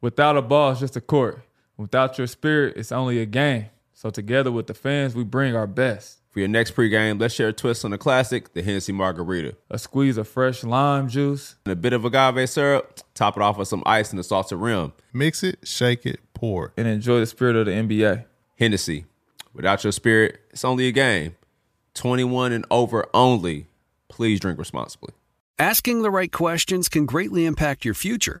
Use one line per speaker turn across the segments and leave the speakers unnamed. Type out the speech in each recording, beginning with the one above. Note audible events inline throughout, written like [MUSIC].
Without a ball, it's just a court. Without your spirit, it's only a game. So together with the fans, we bring our best.
For your next pregame, let's share a twist on the classic, the Hennessy Margarita.
A squeeze of fresh lime juice.
And a bit of agave syrup, top it off with some ice and a salted rim.
Mix it, shake it, pour it.
and enjoy the spirit of the NBA.
Hennessy. Without your spirit, it's only a game. 21 and over only. Please
[LAUGHS]
drink responsibly.
Asking the right questions can greatly impact your future,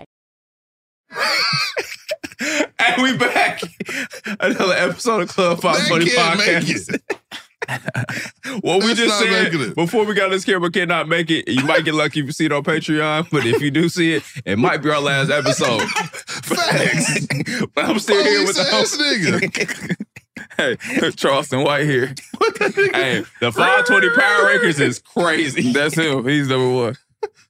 And we back. [LAUGHS] Another episode of Club 540
That kid
[LAUGHS]
Podcast. What we
That's
just
not
said
making it.
before we got this here, but cannot make it. You might get lucky if you see it on Patreon, but if you do see it, it might be our last episode.
[LAUGHS] Facts.
[LAUGHS]
Oh,
but I'm still here with
Police
the
ass
host.
[LAUGHS]
hey, Charleston White here. hey, the 520 Power Rangers is crazy. That's him. He's number one.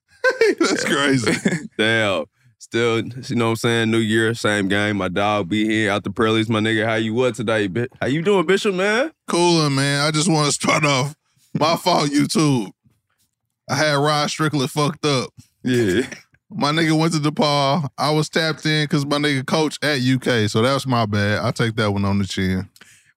[LAUGHS] That's
[LAUGHS]
crazy.
Damn.
Still, you know what I'm saying? New year, same game. My dog be here out the prairies, my nigga. How you what today, bitch? How you doing, Bishop, man?
Cooling, man. I just want to start off. My fault, YouTube. I had Rod Strickland fucked up.
Yeah.
My nigga went to DePaul. I was tapped in because my nigga coach at UK. So that's my bad. I take that one on the chin.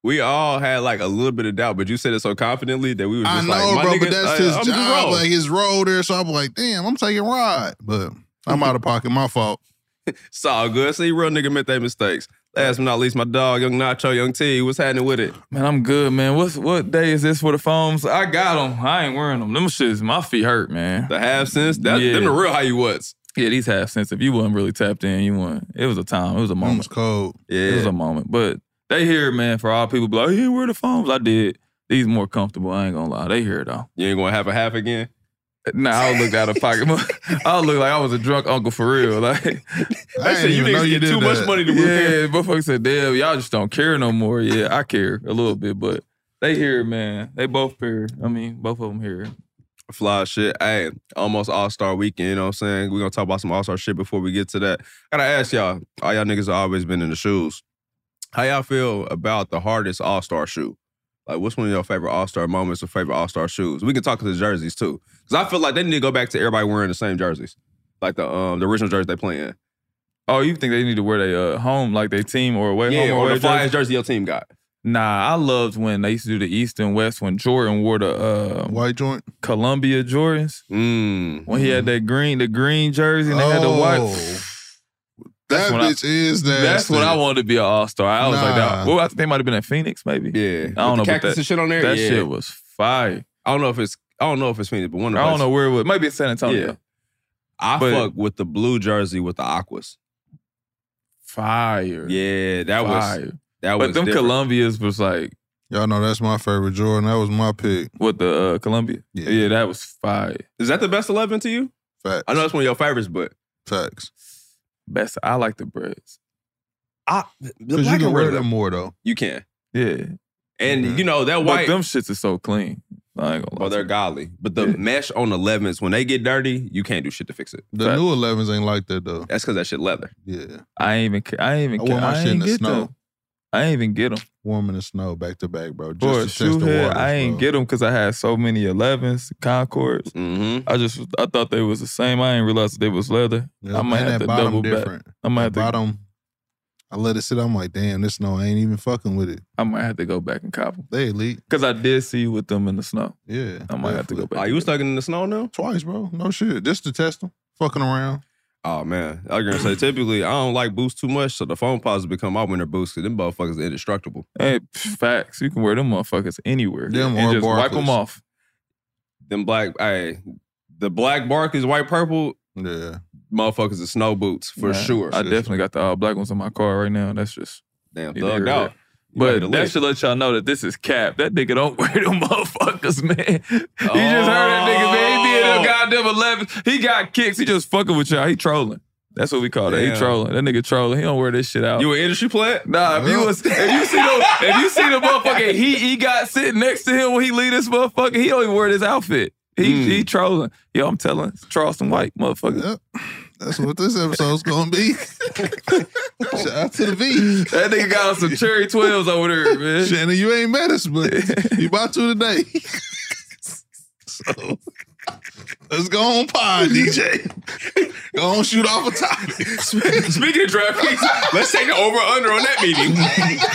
We all had like a little bit of doubt, but you said it so confidently that we was
I
just
know,
like, my
bro,
nigga,
but that's
like,
his
I'm just
job,
wrong.
like his role there. So I'm like, damn, I'm taking Rod. But I'm out of pocket. My fault.
It's all good. See, real nigga make their mistakes. Last but not least, my dog, Young Nacho, Young T. What's happening with it?
Man, I'm good, man. What's what day is this for the foams? I got them. I ain't wearing them. Them shits, my feet hurt, man.
The half cents? That,
Yeah.
Them the real how you was.
Yeah, these half cents. If you wasn't really tapped in, you weren't. It was a time. It was a
Mom was
moment.
cold.
It was
Yeah.
a moment. But they hear it, man. For all people, be like, "Oh, yeah, where the foams? I did. These more comfortable. I ain't gonna lie. They hear it though.
You ain't gonna have a half again?
Nah, I would look out of pocket. [LAUGHS] I would look like I was a drunk uncle for real. Like,
I
They
didn't
said you
even know
niggas
you
get
did
too
that.
much money to repair.
yeah, motherfucker said, damn, y'all just don't care no more. Yeah, I care a little bit, but they hear it, man. They both hear. it. I mean, both of them hear. it.
Fly shit. Hey, almost All Star weekend. You know what I'm saying? We're gonna talk about some All Star shit before we get to that. Gotta ask y'all, all y'all niggas have always been in the shoes. How y'all feel about the hardest All Star shoe? Like, what's one of your favorite All Star moments or favorite All Star shoes? We can talk to the jerseys too, because I feel like they need to go back to everybody wearing the same jerseys, like the um the original jersey they play in.
Oh, you think they need to wear their uh, home like they team or away
yeah,
home or
or
away
the flyest
jersey?
jersey your team got.
Nah, I loved when they used to do the East and West when Jordan wore the uh,
White joint.
Columbia Jordans
Mm.
when he had that green the green jersey and they had the
Oh.
white.
That
That's what I-
bitch is that.
That's when I wanted to be an all star. I was like,
Nah.
that, well, I think they might have been at Phoenix, maybe.
Yeah,
I don't know,
With the
but
cactus
that-
and shit on there.
That
yeah.
shit was fire.
I don't know if it's I don't know if it's Phoenix, but one of
I don't
us-
know where it was. Maybe it's San Antonio.
Yeah. I
But-
fuck with the blue jersey with the aquas.
Fire.
Yeah, that
fire.
was that was.
but them
different.
Columbias was like
Y'all know that's my favorite Jordan. That was my pick.
what the uh, Columbia.
Yeah.
yeah, that was fire.
Is that the best eleven to you?
Facts.
I know it's one of your favorites, but
Facts.
Best. I like the breads.
I the
Because you
black
can
and
wear
red
them more though.
You can,
Yeah.
and
Mhm.
you know that white.
Mm-hmm. But them shits are so clean. I ain't gonna lie.
well,
to
they're
you.
godly, but the
Yeah.
mesh on elevens when they get dirty, you can't do shit to fix it.
The
Facts.
new 11s ain't like that though.
That's because that shit leather.
Yeah.
I ain't even. ca- I ain't
I
even.
wore
care.
my
I
shit in
ain't
the
get
snow.
them. I ain't even get them.
Warm in the snow, back to back, bro.
For a
Just to
shoe
test the
head,
water.
I ain't get them because I had so many 11s, Concords.
Mm-hmm.
I just I thought they was the same. I ain't realize they was leather. I might have to double back. I might have to
bottom. I let it sit. I'm like, damn, this snow ain't even fucking with it.
I might have to go back and cop them
They elite.
because I did see you with them in the snow.
Yeah.
I might have to go
definitely.
back.
Oh, you was stuck in the snow now?
Twice, bro. No shit. Just to test them. Fucking around.
Oh man, I was gonna say typically I don't like boots too much, so the phone pods become my winter boots because them motherfuckers are indestructible.
Hey, pff, facts. You can wear them motherfuckers anywhere.
Them
and
or
just wipe
Barclays.
them off.
Them black, I the black bark is white purple.
Yeah.
Motherfuckers are snow boots for
Nah,
sure.
I definitely got the all black ones in my car right now. That's just.
Damn,
You there,
thugged
there.
out. You might get
But
a
that
lick.
should let y'all know that this is cap. That nigga don't [LAUGHS] wear them motherfuckers, man. You just heard that nigga, man. He be in them
Oh.
goddamn 11. He got kicks. He just fucking with y'all. He trolling. That's what we call that. He
Damn.
trolling. That nigga trolling. He don't wear this shit out.
You an industry plant?
Nah, if you was, if you see the, if you see the motherfucker, he he got sitting next to him when he leave this motherfucker. He don't even wear this outfit. He
Hmm.
Mm.
he trolling. Yo, I'm telling it's Charleston White motherfucker.
Yep. That's what this episode's gonna be.
[LAUGHS]
Shout out to the V.
That nigga got on some cherry twelves over there,
[LAUGHS]
man.
Shannon, you ain't met us, but you about to today. [LAUGHS] so let's go on pod, DJ. go on shoot off a topic.
Speaking of draft picks, let's take the over under on that meeting.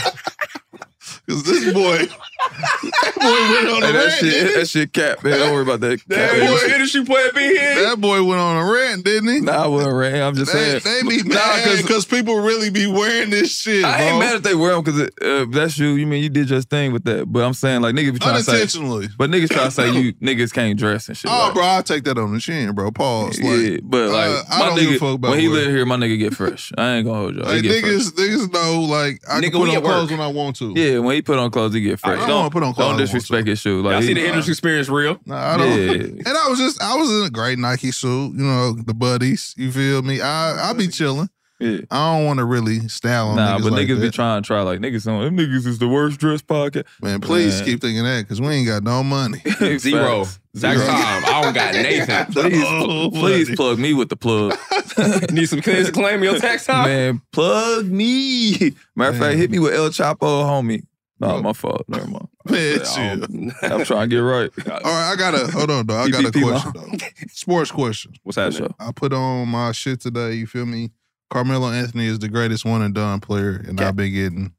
Cause this boy, that boy went on
Hey, that
a rant.
shit,
didn't he?
that shit cap, man. Don't worry about that. Cap.
Damn, you an industry plant be here?
That boy went on a rant, didn't he?
Nah, I wasn't ran. I'm just
they,
saying.
they be mad because people really be wearing this shit.
I ain't
bro.
mad if they wear them because uh, that's you. You mean you did your thing with that? But I'm saying like niggas be trying to say,
unintentionally.
but niggas trying to say you niggas can't dress and shit.
Oh,
like-
bro, I take that on the chin, bro. Pause. Like,
yeah, but like
uh, I
my
don't
nigga,
give a fuck about
when he
what-
live here, my nigga get fresh. I ain't gonna hold y'all. He
like,
get fresh.
niggas, niggas know, like, I
Nigga,
can put
we
on
at work.
clothes when I want to.
Yeah, when he put on clothes, he get fresh.
I don't
don't
wanna put on clothes I
Don't
want
disrespect his shoe. Like
Y'all see the
he-
industry experience real?
Nah, I don't.
Yeah.
And I was just, I was in a great Nike suit, you know, the buddies. You feel me? I I be chilling.
[LAUGHS] Yeah.
I don't want to really style on
Nah,
Oh, niggas
but
like
niggas be
that.
trying to try like niggas. Some them niggas is the worst dress podcast.
Man, please
Man.
keep thinking that because we ain't got
[LAUGHS]
no money. [LAUGHS]
[LAUGHS] Zero.
Facts.
Zach
Zero.
time. I don't
[LAUGHS]
got Nathan.
Please,
Oh,
please
buddy.
plug me with the
[LAUGHS]
plug, [LAUGHS]
Need some kids to claim your tax time?
man. Plug me. Matter of fact,
Man.
hit me with El Chapo, homie. Nah,
Yo.
my fault. Never mind.
[LAUGHS]
Man,
I
chill.
don't-
I'm trying to get
[LAUGHS]
right.
All right, I got a hold on
[LAUGHS]
though. I got a
EPP
question though. Sports question.
[LAUGHS] What's
For
happening?
sure.
I put on my shit today. You feel me? Carmelo Anthony is the greatest one and done player, and I've been getting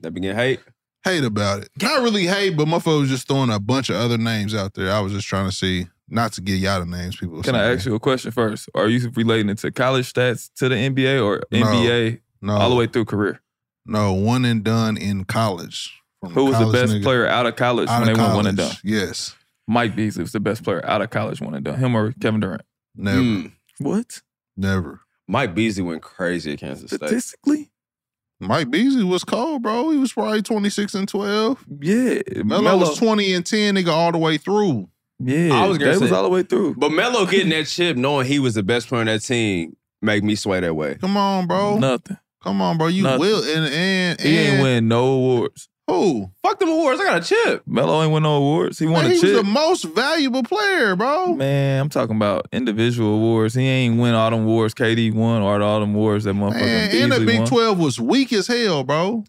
That begin hate.
hate about it. Not really hate, but motherfucker was just throwing a bunch of other names out there. I was just trying to see, not to get y'all the names.
[LAUGHS]
People,
Can I ask you a question first? Are you relating it to college stats to the NBA or
No.
NBA
No,
all the way through career?
No, one and done in college. From
Who was the
college
best
nigga
player out of college
out
when
of
they went one and
college.
done?
Yes,
Mike Beasley was the best player out of college one and done. Him or Kevin Durant?
never,
Hmm.
Mm.
What?
never.
Mike Beasley went crazy at Kansas State.
Statistically?
Mike Beasley was cold, bro. He was probably twenty six and twelve.
Yeah.
Melo, was twenty and ten, nigga, all the way through.
Yeah.
I was gonna
that was
say-
all the way through.
But Melo getting that chip, knowing he was the best player on that team, make me sway that way.
Come on, bro.
Nothing.
Come on, bro. You
Nothing.
will and and
He ain't
and
win no awards.
who?
Fuck them awards. I got a chip.
Melo ain't win no awards. He won
Man,
a
he was the
chip.
most valuable player, bro.
Man, I'm talking about individual awards. He ain't win all them awards KD won or all them awards that motherfucking
Man,
Beasley
and the Big
won.
Twelve was weak as hell, bro.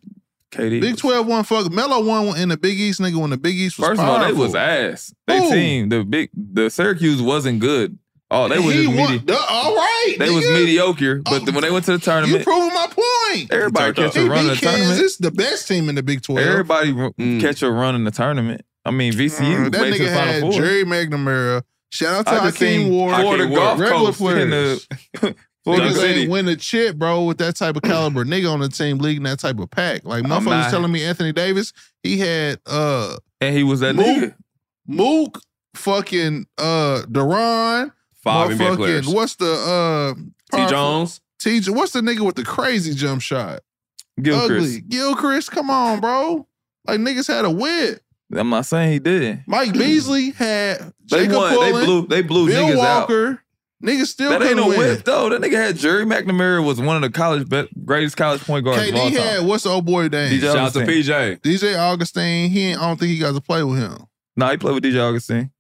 KD
Big
was-
Twelve won fuck Melo won in the Big East, nigga. When the Big East was
First of all, they
powerful.
was ass. They
Who?
team the big the Syracuse wasn't good. Oh, they was
He
just
won-
medi-
Duh, all right,
they was
nigga.
mediocre. But
Oh,
th- when they went to the
You
tournament,
proving my point.
everybody
He turned
catch
up.
a
He
run in the
beat
tournament.
Kansas, the best team in the Big Twelve.
Everybody ru-
Mm.
catch a run in the tournament. I mean, VCU
Mm, that
made to
nigga
the final
had
four.
Jerry McNamara. Shout
I
out
just
to Hakeem
seen
Ward.
Florida
Hakeem
golf
Ward.
coach
regular
in
[LAUGHS]
the
players.
Florida
Niggas
City.
ain't win a chip, bro, with that type of caliber nigga on the team leading that type of pack. Like
I'm
motherfuckers
not-
telling me Anthony Davis, he had uh
and he was that
Mook,
nigga.
Mook, fucking uh Duran,
Five NBA players.
motherfucking what's the uh
T.
powerful-
Jones.
T. Jo- What's the nigga with the crazy jump shot? Ugly
Gilchrist.
Gilchrist, come on, bro. Like niggas had a whip.
I'm not saying he did. [CLEARS THROAT]
Mike Beasley had
They
Jacob
won.
Pullen,
they blew. They blew
Bill
niggas out.
Walker. Niggas still
That ain't
couldn't
no
win.
whip though. That nigga had Jerry McNamara was one of the college be- greatest college point guards of all
KD
time.
had what's the old boy name?
DJ
DJ,
Shout out to
Johnson.
PJ.
Augustine. He ain't, I don't think he got to play with him.
Nah, he played with DJ Augustine.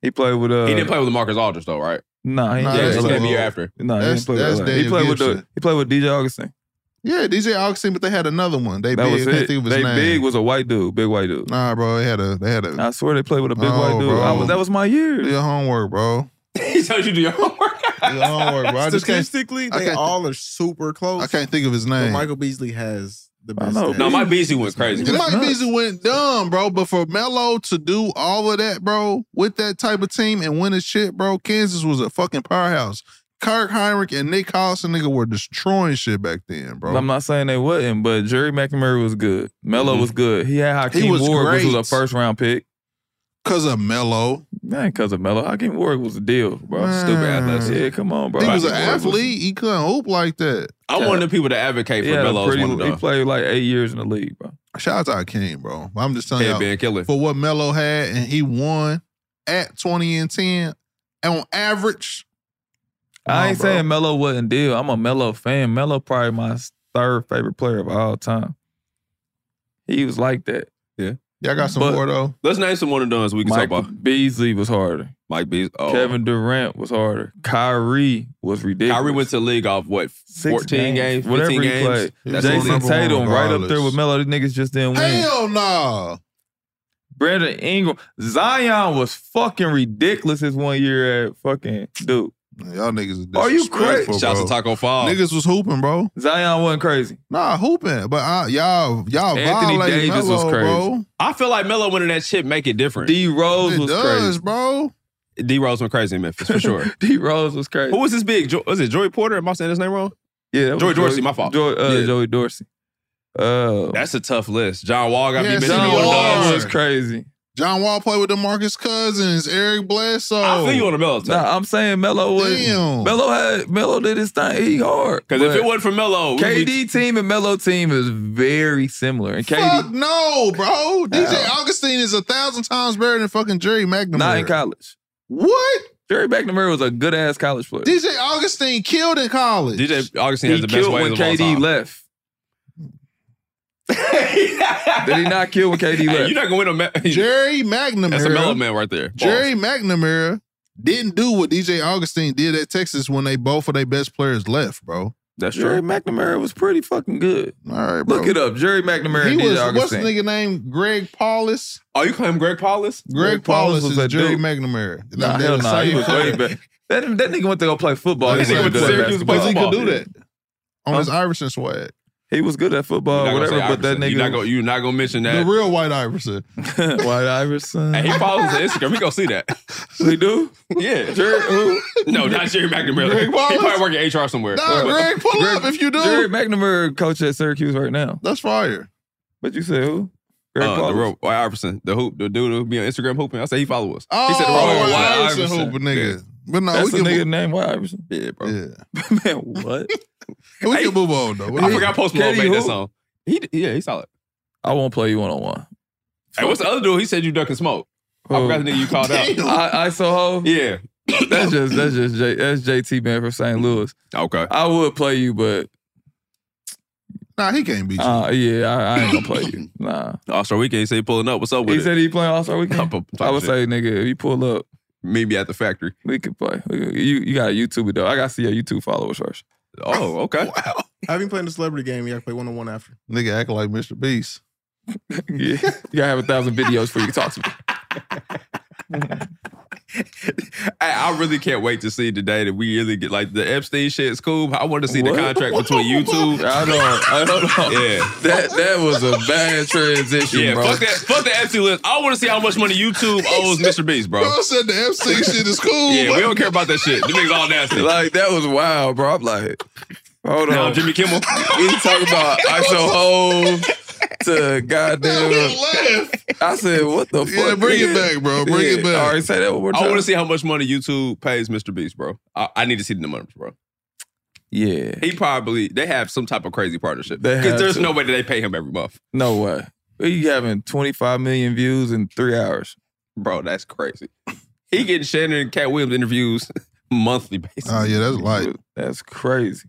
He played with uh.
He didn't play with Lamarcus Aldridge though, right?
Nah, he
Nah,
nah,
Yeah,
that's
didn't
it's that
play.
cool.
year after.
Nah, he
That's-
didn't play
that's
with. Atlanta. He
Daniel
played with the.
Gibson.
He played with DJ Augustine.
Yeah, DJ Augustine, but they had another one. They
That
big.
was
I can't
it.
think of his
They
name.
big was a white dude, big white dude.
nah, bro. They had a. They had a.
I swear they played with a big white
Oh,
dude. I
bro.
was, that was my year.
Do your homework, bro.
[LAUGHS] he told you do your homework.
Do your homework, bro. I just can't.
Statistically,
I
they
can't-
all are super close.
I can't think of his
But
name.
Michael Beasley has the
I
best.
know.
stats.
No, my Beasley went crazy.
It might Beasley went dumb, bro. But for Melo to do all of that, bro, with that type of team and win his shit, bro, Kansas was a fucking powerhouse. Kirk Heinrich and Nick Collison, nigga, were destroying shit back then, bro.
I'm not saying they wouldn't, but Jerry McNamara was good. Melo was good. He had Hakeem
Mm-hmm. He was
Ward, which was
great.
a first round pick.
Cause of Melo,
That ain't because of Melo. Hakeem Ward was a deal, bro.
Man.
Stupid athlete. Yeah, come on, bro.
he was an
Hakeem Ward
athlete. he couldn't hoop like that.
I'm one of the people that advocate for
he, had a
Melo's
pretty-
one
he
though.
played like eight years in the league, bro.
Shout out to Akeem, bro. I'm just telling
Head
you
being killer.
for what Melo had, and he won at 20 and 10 on average.
I ain't
Come on, bro.
saying Melo wasn't deal. I'm a Melo fan. Melo probably my third favorite player of all time. He was like that.
Y'all got some
But-
more though.
Let's name some one of those we can
Mike
talk about.
Beasley was harder.
Mike Beasley. Oh.
Kevin Durant was harder. Kyrie was ridiculous.
Kyrie went to the league off what?
Six
14 games, 15 games.
He
played.
was on
Jason
number one
Tatum right up there
regardless.
with Melo. These niggas just didn't win.
Hell nah.
Brandon Ingram, Zion was fucking ridiculous his one year at fucking Duke.
Y'all niggas is
Are you
disrespectful,
Shouts
bro.
to Taco Fall.
Niggas was hooping, bro.
Zion wasn't crazy.
Nah, hooping, but I, y'all, y'all
Anthony
violated
Davis
Melo,
was crazy.
bro.
I feel like Melo winning that shit make it different. D,
D Rose
It
was
does, bro.
D-, Rose went crazy in Memphis for [LAUGHS] sure.
crazy. [LAUGHS] D Rose was crazy.
Who was this big? Jo- was it Joey Porter? Am I saying his name wrong?
Yeah, that was
Joey Dorsey, my fault.
Joey, uh,
Yeah.
Joey Dorsey. Uh,
That's a tough list. John Wall got
Yeah,
me missing
John
one of
Wall.
those.
Zion was crazy.
John Wall played with DeMarcus Cousins, Eric Bledsoe.
I feel you on the Melo too.
Nah, I'm saying Melo was.
Damn.
Melo had Melo did his thing. He hard.
Because if
But
it wasn't for Melo, we'd be-
KD team and Melo team is very similar, and
Fuck
KD
no, bro. DJ
How?
Augustine is a thousand times better than fucking Jerry McNamara.
not in college.
What?
Jerry McNamara was a good ass college player.
DJ Augustine killed in college.
DJ Augustine has
he
the best
killed when
waves of all
KD
time. [LAUGHS]
left. Did he not kill when KD
Hey,
left?
you're not gonna win a ma- [LAUGHS]
Jerry McNamara.
That's a Melo man right there.
Jerry McNamara didn't do what DJ Augustine did at Texas when they both of their best players left, bro. All
that's
Jerry McNamara was pretty fucking good.
right, bro.
Look it up. Jerry McNamara
He
and DJ
was what's the
Augustine.
nigga name? Greg Paulus.
Oh, you claim Greg Paulus?
Greg,
Greg
Paulus,
Paulus was
is
that
Jerry
dude.
McNamara.
Nah,
They're
hell
the
nah. He
same
was way
player.
better. That, that nigga went to go play football.
That
He
nigga
wasn't
went to
good at
Syracuse to play
basketball.
Because he could do
Football.
that on his Iverson swag.
He was good at football,
You're not
whatever.
gonna say
But that
Iverson.
nigga,
you're not, gonna, you're not gonna mention that.
The real white Iverson.
[LAUGHS] White Iverson.
Hey, he follows the Instagram. We gonna see [LAUGHS] that.
we do.
Yeah.
Jerry, who?
No, not Jerry McNamara.
Greg
He
Wallace?
probably working HR somewhere.
Nah,
But-
Greg, pull
Greg-
up if you do.
Jerry McNamara, coach at Syracuse right now.
That's fire.
But you said who? Greg
Uh, the
Paulus.
real Wyatt Iverson, the hoop, the dude who be on Instagram hooping. I say he follow us.
Oh,
he said the
wrong
white
one.
Iverson,
Iverson.
hooper nigga. But no,
That's a
we Oh, can
nigga
move.
named White Iverson.
Yeah, bro.
Yeah.
Man, what?
We
Hey,
can move on though.
I forgot Post Malone
Katie
made that
who?
song. He yeah, he solid.
I won't play you one on one.
Hey, what's the other dude? He said you ducking smoke. I forgot the nigga you called [LAUGHS] out.
Damn.
I, I saw ho.
[LAUGHS] Yeah.
That's just that's just J, that's JT man from St. Louis.
Okay.
I would play you, but
Nah, he can't beat you.
uh, yeah, I, I ain't gonna play you. Nah.
All Star Weekend. He said he pulling up. What's up with
He
it?
said he playing All Star Weekend. I would say, nigga, if you pull up,
maybe at the factory.
we could play. We could- You you got a YouTube it though. I gotta see your YouTube followers first.
Oh, okay.
[LAUGHS]
I haven't played in the celebrity game. You got to play one on one after.
nigga acting like Mr. Beast.
yeah, you gotta have a thousand videos before you can talk to me. [LAUGHS]
I, I really can't wait to see the day that we really get like the Epstein shit is cool. but I want to see the contract between you two.
[LAUGHS] I don't. I don't know.
Yeah.
That that was a bad transition,
Yeah,
bro.
fuck that, fuck the Epstein list. I want to see how much money
[LAUGHS]
YouTube owes Mr. Beast, bro.
Bro said the FC shit is cool.
Yeah,
but-
we don't care about that shit. The niggas all nasty.
Like that was wild, bro. I'm like, hold
No,
on. [LAUGHS]
Jimmy Kimmel.
we talk about ISO hove to
Nah,
goddamn.
we laugh.
I said, what the fuck?
Yeah, bring it
nigga?
back, bro. Bring it
Yeah.
back.
All right, say that one more time.
I want to see how much money YouTube pays Mr. Beast, bro. I, I need to see the numbers, bro.
Yeah,
He probably they have some type of crazy partnership
They
because
have
there's
to.
no way that they pay him every month,
no way. We having 25 million views in three hours.
bro. That's crazy. He getting Shannon and Cat Williams interviews [LAUGHS] monthly basis.
Oh yeah, that's light.
Uh, That's crazy.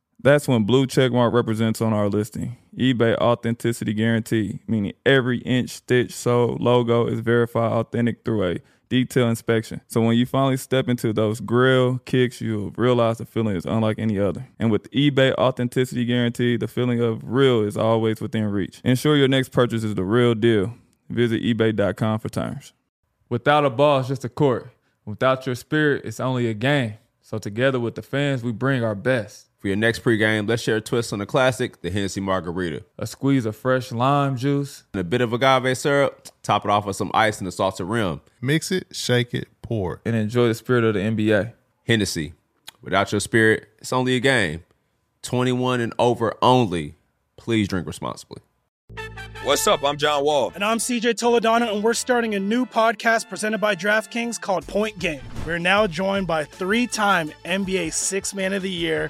That's when blue checkmark represents on our listing. eBay authenticity guarantee, meaning every inch, stitch, sole, logo is verified authentic through a detailed inspection. So when you finally step into those grill kicks, you'll realize the feeling is unlike any other. And with eBay authenticity guarantee, the feeling of real is always within reach. Ensure your next purchase is the real deal. Visit ebay.com for terms. Without a ball, it's just a court. Without your spirit, it's only a game. So together with the fans, we bring our best.
For your next pregame, let's share a twist on the classic, the Hennessy Margarita.
A squeeze of fresh lime juice.
And a bit of agave syrup, top it off with some ice and a salted rim.
Mix it, shake it, pour it.
and enjoy the spirit of the NBA.
Hennessy. Without your spirit, it's only a game. 21 and over only. Please drink responsibly. What's up? I'm John Wall.
And I'm CJ Toledano, and we're starting a new podcast presented by DraftKings called Point Game. We're now joined by three time NBA Six Man of the Year,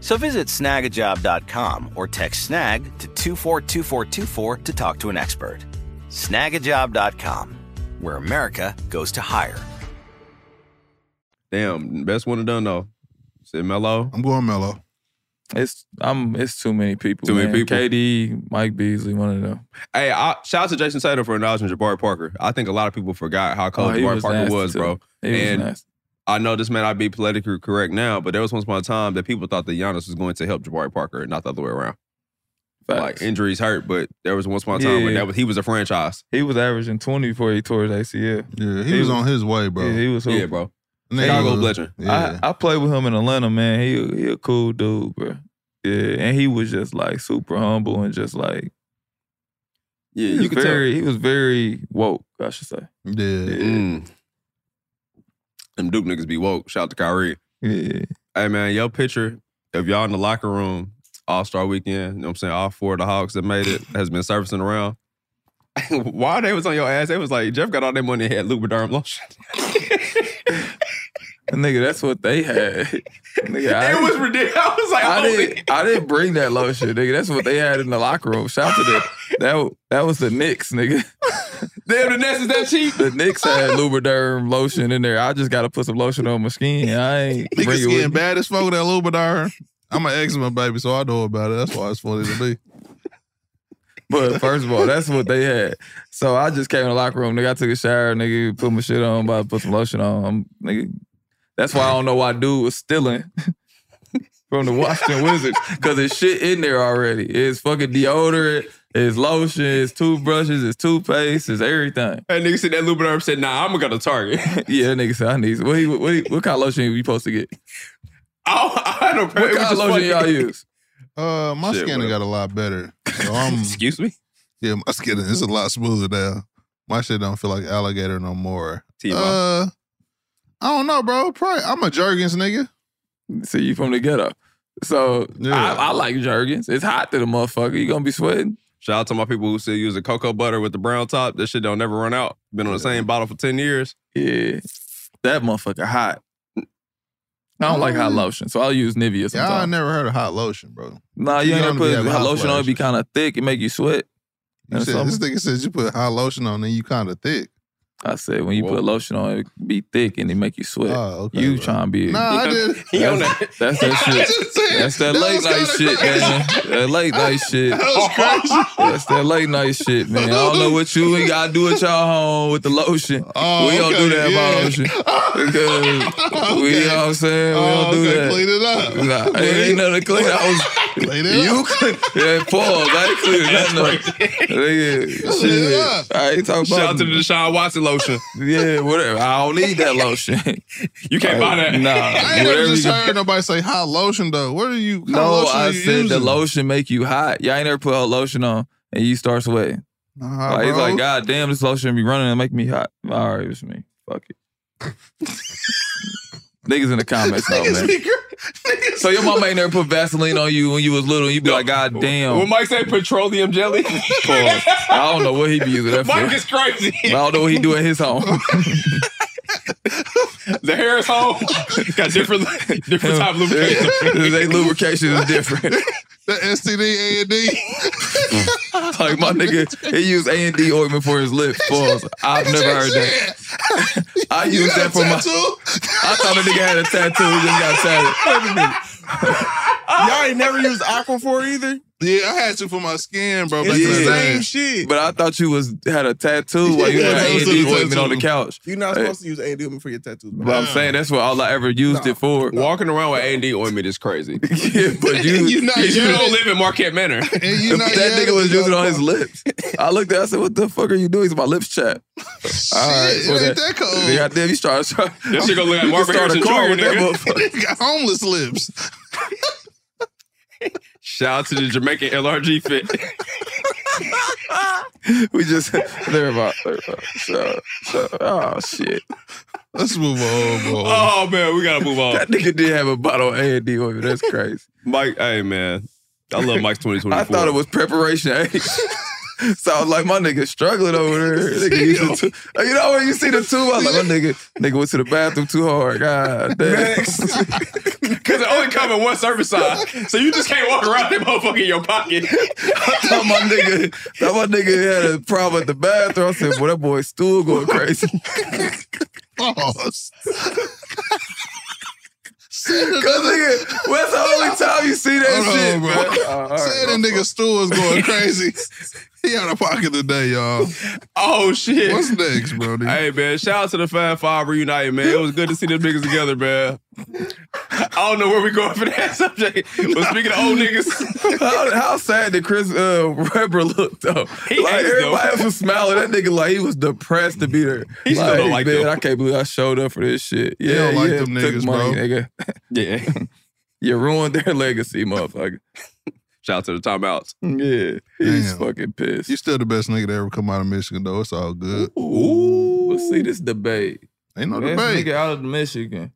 So visit snagajob.com or text snag to 242424 to talk to an expert. Snagajob.com, where America goes to hire.
Damn, best one and done though. Said Mello.
I'm going mellow.
It's I'm it's too many people.
Too many
man.
people.
KD, Mike Beasley, one of them.
Hey, I, shout out to Jason Tatum for acknowledging Jabari Parker. I think a lot of people forgot how
Oh,
cold
he
Jabari
was
Parker
nasty,
was,
too.
bro.
It was
And-
nasty.
I know this may not be politically correct now, but there was once upon a time that people thought that Giannis was going to help Jabari Parker, not the other way around. Like
Facts.
injuries hurt, but there was once upon a time when
Yeah.
that was he was a franchise.
he was averaging 20 before he tore his ACL.
Yeah, he
He
was
was-
on his way, bro.
Yeah, he was hooping.
Yeah, bro.
Nigga
Chicago
was-
legend.
Yeah.
I, I played with him in Atlanta, man. He he a cool dude, bro. Yeah, and he was just like super humble and just like
Yeah,
he was
you could tell.
very he was very woke, I should say.
yeah.
Mm. Them Duke niggas be woke. Shout out to Kyrie.
Yeah,
Hey man, your picture of y'all in the locker room All Star Weekend. You know what I'm saying? All four of the Hawks that made it has been surfacing around. [LAUGHS] While they was on your ass, they was like Jeff got all that money and had Lubriderm lotion.
[LAUGHS] nigga, that's what they had. nigga, I-
it was ridiculous. I was like,
I
holy
didn't.
[LAUGHS]
I didn't bring that lotion, nigga. That's what they had in the locker room. Shout to them. That that was the Knicks, nigga.
damn, the Nets is that cheap.
The Knicks had Lubriderm lotion in there. I just got to put some lotion on my skin. I ain't
Nigga
bring it
skin
with me.
bad as fuck with that Lubidar. I'm an eczema baby, so I know about it. That's why it's funny to me.
But first of all, that's what they had. So I just came in the locker room, nigga. I took a shower, nigga. Put my shit on, about to put some lotion on, I'm- nigga. That's why I don't know why dude was stealing. [LAUGHS] From the Washington Wizards, because it's shit in there already. It's fucking deodorant, it's lotion, it's toothbrushes, it's toothpaste, it's everything.
And nigga said that Lubriderm said, nah, I'm gonna go to Target.
[LAUGHS] Yeah, that nigga said I need. What, he, what, he, what kind of lotion you supposed to get?
[LAUGHS] I, I don't
What
it was
kind of
just
lotion
funny.
y'all use?
Uh, my
Shit,
skin
whatever.
got a lot better. So
[LAUGHS]
I'm,
Excuse me.
yeah, my skin is a lot smoother now. My shit don't feel like alligator no more.
[LAUGHS] T-Bone.
Uh,
Uh, I don't know, bro. Probably I'm a Jergens nigga.
See you from the ghetto. So I, I [LAUGHS] like Jergens. It's hot to the motherfucker. You gonna be sweating.
Shout out to my people who still use the cocoa butter with the brown top. That shit don't never run out. Been on the same bottle for 10 years.
Yeah. That motherfucker hot. I don't like
Mm.
hot lotion, so I'll use Nivea
Yeah, I
sometimes.
never heard of hot lotion, bro.
nah, you,
You
ain't
don't
put
be having
hot
hot
lotion on. It be kind of thick. It make you sweat.
You
That's
said,
something.
this nigga says you put hot lotion on and you kind of thick.
I said when you
Whoa.
put lotion on, it be thick and it make you sweat.
Oh, okay.
you
bro.
trying to be
Nah, I did.
He
[LAUGHS]
on
that's, that's
that.
that
[LAUGHS] I
shit.
just said
That's that, late
was
night
kinda
shit,
crazy.
man. That late night shit.
[LAUGHS]
[LAUGHS]
That was crazy.
That's that late night shit, man. I don't know what you ain't gotta do at y'all home with the lotion.
[LAUGHS] Oh,
we don't
okay,
do that
yeah.
about
[LAUGHS]
lotion. [LAUGHS] Because we you know what I'm saying? We
Oh,
don't do
okay,
that.
clean it up.
Nah, it ain't, nothing to clean. I was
[LAUGHS] Clean it
you
up.
clean yeah, pause. I ain't clean nothing. Nigga,
it
shit.
up.
I ain't talking
Shout out
about
to the Deshaun Watson lotion.
yeah, whatever. I don't need that lotion.
[LAUGHS] You can't buy that.
Nah,
[LAUGHS] I ain't never
whatever
just
you-
heard nobody say hot lotion though. What are you? Hot
No,
lotion
I
are you
said the
using?
lotion make you hot. Y'all ain't never put a lotion on and you start sweating.
Nah,
Like, he's
Uh, bro.
like,
[LAUGHS]
God damn, this lotion be running and make me hot. All right, it's me. Fuck
[LAUGHS]
it. Niggas in the comments though,
Niggas
man.
be gr- niggas-
So your mama ain't never put Vaseline on you when you was little and you [LAUGHS] be like, God
When
damn.
Mike said petroleum jelly, [LAUGHS]
Pause. I don't know what he be using that for.
Mike is crazy.
I don't know what he do at his home.
[LAUGHS] The hair is home. [LAUGHS] Got different,
[LAUGHS]
different type of lubrication.
they lubrication is
[LAUGHS]
different.
the STD A and D.
Like my nigga, he used A and D ointment for his lips. Pause. I've
[LAUGHS]
never heard that. I
You
used
got a
that for my.
tattoo?
I thought a nigga had a tattoo. He just got tatted.
[LAUGHS] Y'all ain't never used Aquaphor either.
Yeah, I had to for my skin, bro. Back
It's
in
Yeah.
the
the day.
same shit.
But I thought you was had a tattoo while you
Yeah,
had
that
A
was
and D
a
ointment on the
tattoo.
couch.
You're not supposed to use A and for your tattoos. Bro.
But I'm saying that's what all I ever used it for.
Walking around with A&D ointment is
[LAUGHS]
crazy.
yeah, but you,
You not
You
using
don't
it.
live in Marquette Manor.
And you not
[LAUGHS] that
yet.
nigga was using it on his lips. I looked at, it, I said, "What the fuck are you doing?" He's my lips chat.
Shit,
All right,
it
well,
ain't
that-
that cold.
Yeah, damn, you [LAUGHS] start. start
That shit gonna look like
you can
Marvin
start a
Harrison
car
Jr.,
with
[LAUGHS]
that
nigga.
motherfucker.
He got homeless lips.
Shout out to the Jamaican LRG fit.
[LAUGHS] We just never mind. Never mind. So, so, oh shit.
Let's move on, bro.
[LAUGHS] Oh man, we gotta move on.
That nigga did have a bottle of A and D ointment. That's crazy.
Mike, hey man, I love Mike's 2024.
I thought it was preparation A. [LAUGHS] So I was like, my nigga struggling over there. Nigga used the two- Like, you know when you see the two, I was like, my nigga, nigga went to the bathroom too hard. God damn. [LAUGHS]
because it only come in one service size, so you just can't walk around that motherfucker in your pocket.
thought my nigga, thought my nigga had a problem at the bathroom. I said, "Boy, that boy stool going
[LAUGHS]
crazy."
Oh, Pause.
Cause nigga, what's the only time you see that
Hold
shit,
on,
bro?
bro. Said that nigga stool
[LAUGHS]
was going crazy. he out of pocket today, y'all.
Oh shit.
What's next, bro?
[LAUGHS] Hey man, shout out to the Fab Five reunited, man. It was good to see them niggas together, man. I don't know where we going for that [LAUGHS] subject, but speaking of old niggas,
How, how sad did Chris uh, Webber look though?
He
like
is, though.
everybody else was smiling. That nigga like he was depressed to be there.
He still don't like
man,
them.
I can't believe I showed up for this shit. Yeah,
don't like
yeah,
them
took
niggas,
money,
bro.
Nigga.
[LAUGHS] yeah.
[LAUGHS] You ruined their legacy, motherfucker.
Shout out to the timeouts.
Yeah, he's
Damn.
fucking pissed.
You still the best nigga to ever come out of Michigan, though. It's all good.
Ooh, but see this debate.
Ain't no
This
debate.
nigga out of Michigan.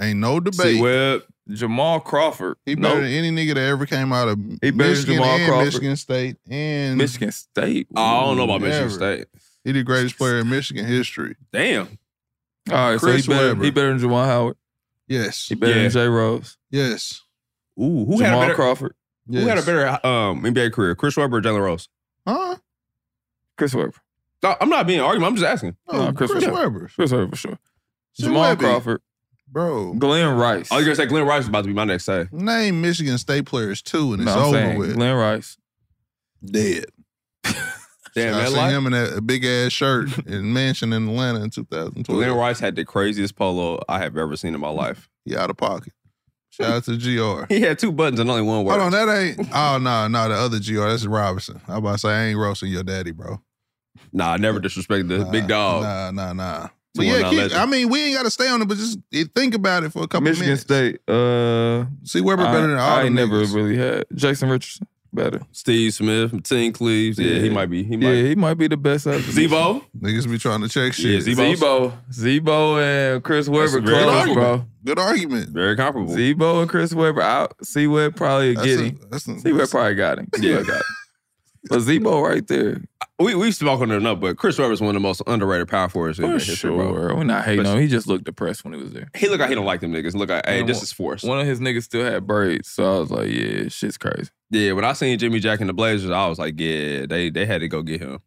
Ain't no
See
debate.
Web.
Jamal Crawford.
He better
Nope.
than any nigga that ever came out of
He better than
Michigan
Jamal
and
Crawford.
Michigan State. And
Michigan State.
I don't know about
Never.
Michigan State.
he the greatest player in Michigan history.
Damn.
All right,
Chris
so he better,
Webber.
he better than Jamal Howard.
Yes.
He better
Yeah.
than Jay Rose.
Yes.
Ooh, who had a
Jamal
better,
Crawford.
yes.
who had a better um, NBA career, Chris Webber or Jalen Rose?
Huh?
Chris Webber.
No, I'm not being arguing. I'm just asking.
No,
No, Chris
Chris,
Webber.
Webber.
Chris Webber for sure.
Should
Jamal
Webby.
Crawford.
Bro.
Glenn Rice.
I was gonna say Glenn Rice is about to be my next say.
Name Michigan State players two and
no,
it's
I'm
over
saying
with.
Glenn Rice.
Dead.
Damn,
I
that
seen
life.
him in that big ass shirt in mansion in Atlanta in 2012.
Glenn Rice had the craziest polo I have ever seen in my life.
He out of pocket. Shout out to
[LAUGHS]
GR.
He had two buttons and only one word.
Hold on, that ain't. Oh no, no, the other GR. That's Robinson. I about to say I ain't roasting your daddy, bro.
Nah, I never disrespected the
Nah,
big dog.
Nah, nah, nah.
Two
But
one
yeah,
nine
keep,
legend.
I mean, we ain't got to stay on it, but just eh, think about it for a couple
Michigan
minutes.
State. Uh,
See, Weber
I,
better than all
I
them
ain't never
niggas.
really had Jason Richardson.
better.
Steve Smith, Tim Cleaves. Yeah, he might be. He might.
Yeah, he might be the best. out of the-
Zebo.
Niggas be trying to check shit.
Yeah, Zebo.
Zebo, Zebo, and Chris Webber
very
close,
good
bro.
Good argument.
Very comparable.
Zebo and Chris Webber out. C Web probably
That's
get
a-
him.
that's a-
C Web probably got him. Yeah, got him. But Zebo right there.
We we spoke on it enough, but Chris Webber's one of the most underrated power forwards in
For
history, bro.
sure.
We're not hating
But-
on him. He just looked depressed when he was there.
He look like he don't like them niggas. Look like, hey,
Man,
this
one-
is forced.
One of his niggas still had braids, so I was like, yeah, shit's crazy.
Yeah, when I seen Jimmy Jack and the Blazers, I was like, yeah, they they had to go get
[LAUGHS]
him.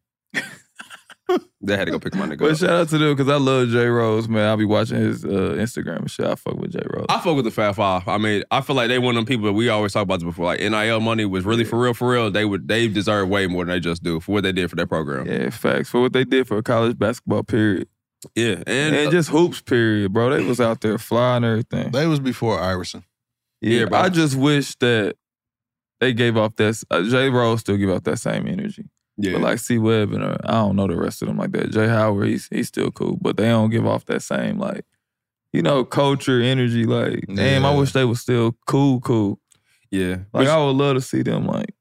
they had to go pick my nigga
But
up.
shout out to them because I love J Rose, man. I'll be watching his uh, Instagram and shit. I fuck with J Rose.
I fuck with the Fab Five. I mean, I feel like they one of them people that we always talk about this before. Like NIL money was really for real, for real. They would they deserve way more than they just do for what they did for their program. Yeah,
Yeah, facts for what they did for college basketball period
and, uh,
and, just hoops period, bro. They was out there flying everything.
They was before Iverson.
Yeah,
Yeah, bro.
I just wish that they gave off that. Uh, J Rose still give off that same energy,
yeah.
but like C Webb and uh, I don't know the rest of them like that. Jay Howard, he's he's still cool, but they don't give off that same like, you know, culture energy. Like, damn, I
Yeah.
wish they was still cool, cool.
yeah.
Like,
but,
I would love to see them like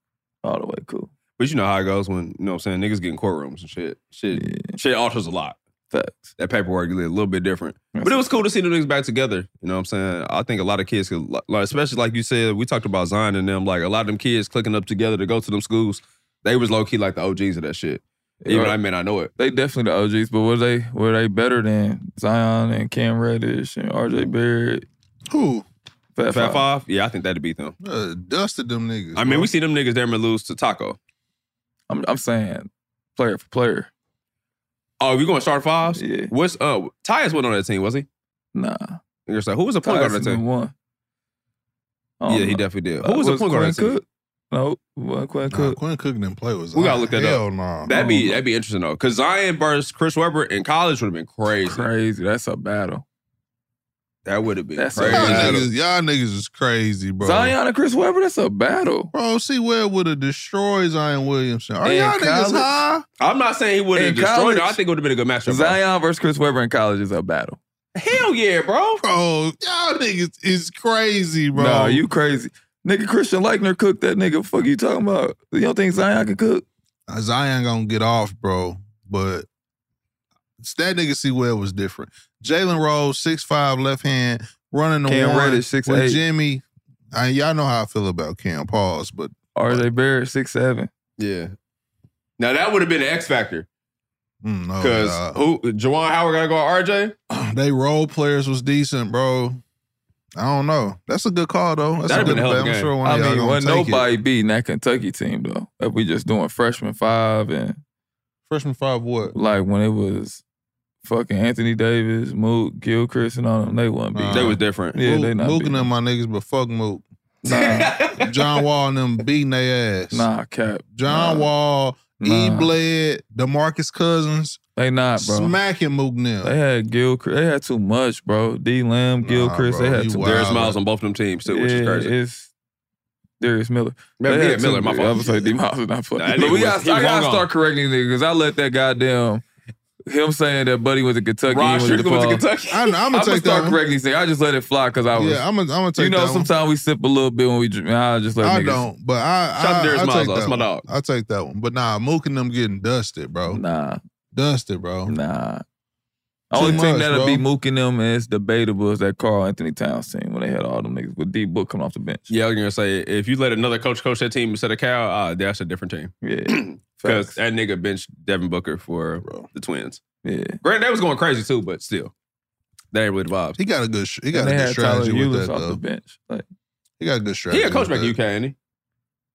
all the way cool.
but you know how it goes when you know what I'm saying niggas get in courtrooms and shit. Shit,
Yeah,
shit alters a lot.
facts.
That paperwork is a little bit different. But it was cool to see the niggas back together. You know what I'm saying? I think a lot of kids, could, li- like, especially like you said, we talked about Zion and them, like a lot of them kids clicking up together to go to them schools. They was low key like the OGs of that shit. Even though I may not know it.
They definitely the OGs, but were they were they better than Zion and Cam Reddish and RJ Barrett?
Who?
Fat,
Fat Five, yeah, I think that'd beat them.
Uh, dusted them niggas.
I mean,
bro.
we see them niggas there and lose to Taco.
I'm I'm saying player for player.
Oh, we going to start fives?
Yeah.
What's uh Tyus went on that team, was he?
Nah.
You're saying, who was the point guard on that
Tyson
team?
won. I don't
Yeah, he
know.
definitely did.
Uh,
Who was the point guard on
Quinn
that team?
Cook? No, wasn't Quinn
Nah,
Cook.
Quinn Cook didn't play with
We gotta
Zion.
look that
Hell nah.
That'd be that'd be interesting though. Cause Zion versus Chris Webber in college would have been crazy.
Crazy. That's a battle.
That would have been
That's a
crazy.
y'all,
battle.
niggas, y'all niggas is crazy, bro.
Zion and Chris Webber, that's a battle.
Bro, see where would have destroyed Zion Williamson. Are
In
y'all
college?
niggas high?
I'm not saying he would
In
have destroyed it. I
college,
think it would have been a good matchup. bro.
Zion versus Chris Webber in college is a battle.
Hell yeah, bro.
Bro, y'all niggas is crazy, bro.
No, you crazy. Nigga Christian Leichner cooked that nigga. Fuck you talking about? You don't think Zion can cook?
Uh, Zion gonna get off, bro. But that nigga see where it was different. Jalen Rose, six five, left hand, running the
Cam
one
Reddish, 6'8".
with Jimmy. I, y'all know how I feel about Cam. Pause, but
RJ Barrett, six seven.
Yeah. Now that would have been an X factor
mm, no,
because
nah.
who Jawan Howard got to go RJ.
[CLEARS THROAT] they role players was decent, bro. I don't know. That's a good call though. That's
That'd
a
been
good
a hell of a
bet. I'm
game.
sure one
I
of y'all
mean,
gonna
wasn't
take it.
nobody beating that Kentucky team though. If we just doing freshman five and
Freshman five, what?
like when it was fucking Anthony Davis, Mook, Gilchrist, and all them, they wasn't beating.
Nah.
They
them.
was different.
[LAUGHS] Yeah,
Mook,
they not
Mook
beating
and them, my niggas, but fuck Mook.
Nah,
[LAUGHS]
John Wall and them beating their
[LAUGHS]
ass.
nah, cap.
John
nah,
Wall, E.
Nah.
Bled, Demarcus Cousins,
They not, bro.
smacking Mook now.
They had Gilchrist. They had too much, bro. D. Lamb,
Nah,
Gilchrist.
bro,
they had
you
too
wild.
There's miles on both of them teams too, which is
Yeah,
crazy.
It's Darius Miller.
Man,
They
yeah,
had
Miller,
two-
my
I
fault.
was like, D. Miles is not
Nah, that
playing. But we
nigga
got.
was- he
I gotta
wrong on.
start correcting niggas because I let that goddamn him saying that Buddy went to Kentucky. he
Rod
went to
Strickland went to Kentucky.
I, am
I'm
gonna
gonna start
take that. One.
correcting these things. I just let it fly because I was.
Yeah, I'm gonna, I'm gonna take
you know,
that. one.
sometimes we sip a little bit when we. drink. I just let.
I
niggas,
don't, but I.
[LAUGHS] Shout out
I,
to Darius
I
Miles,
take
though.
that
That's my
one.
dog.
I take that one, but nah, Mook and them getting dusted, bro.
Nah,
Dusted, bro.
nah.
Too
Only thing
much,
that'll
bro.
be mooking them is debatable is that Carl Anthony Towns team when they had all them niggas with D Book coming off the bench.
Yeah, I was gonna say if you let another coach coach that team instead of Cal, uh, that's a different team.
Yeah,
Because
Facts.
that nigga benched Devin Booker for the Twins.
yeah.
Granted, they was going crazy too, but still, that ain't really the vibes.
He got a good. sh- He
and
got a
they
good
had Tyler
strategy with
Eulis
that
off the
though.
bench. Like
He got a good strategy.
He a coach back
with that.
in UK, ain't he?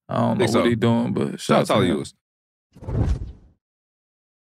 I don't know
Think
what
so.
he doing, but
Shout
shout
out to all
out to
you.
him.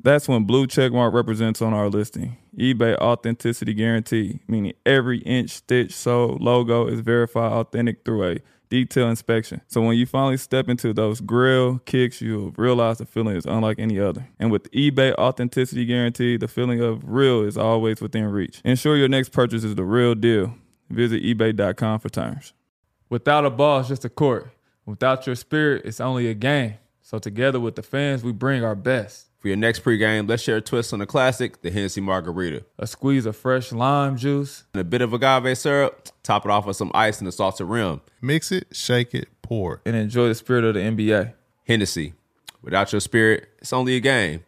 That's when blue checkmark represents on our listing. eBay authenticity guarantee, meaning every inch, stitch, sole, logo is verified authentic through a detail inspection. So when you finally step into those grill kicks, you'll realize the feeling is unlike any other. And with eBay Authenticity Guarantee, the feeling of real is always within reach. Ensure your next purchase is the real deal. Visit eBay.com for terms.
Without a ball, it's just a court. Without your spirit, it's only a game. So together with the fans, we bring our best.
For your next pregame, let's share a twist on the classic, the Hennessy Margarita.
A squeeze of fresh lime juice.
And a bit of agave syrup. Top it off with some ice and a salted rim.
Mix it, shake it, pour. it,
And enjoy the spirit of the NBA.
Hennessy. Without your spirit, it's only a game.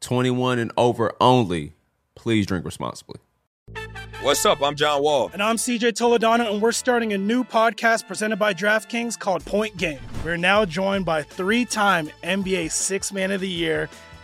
21 and over only. Please drink responsibly.
What's up? I'm John Wall.
And I'm CJ Toledano, and we're starting a new podcast presented by DraftKings called Point Game. We're now joined by three time NBA Six Man of the Year,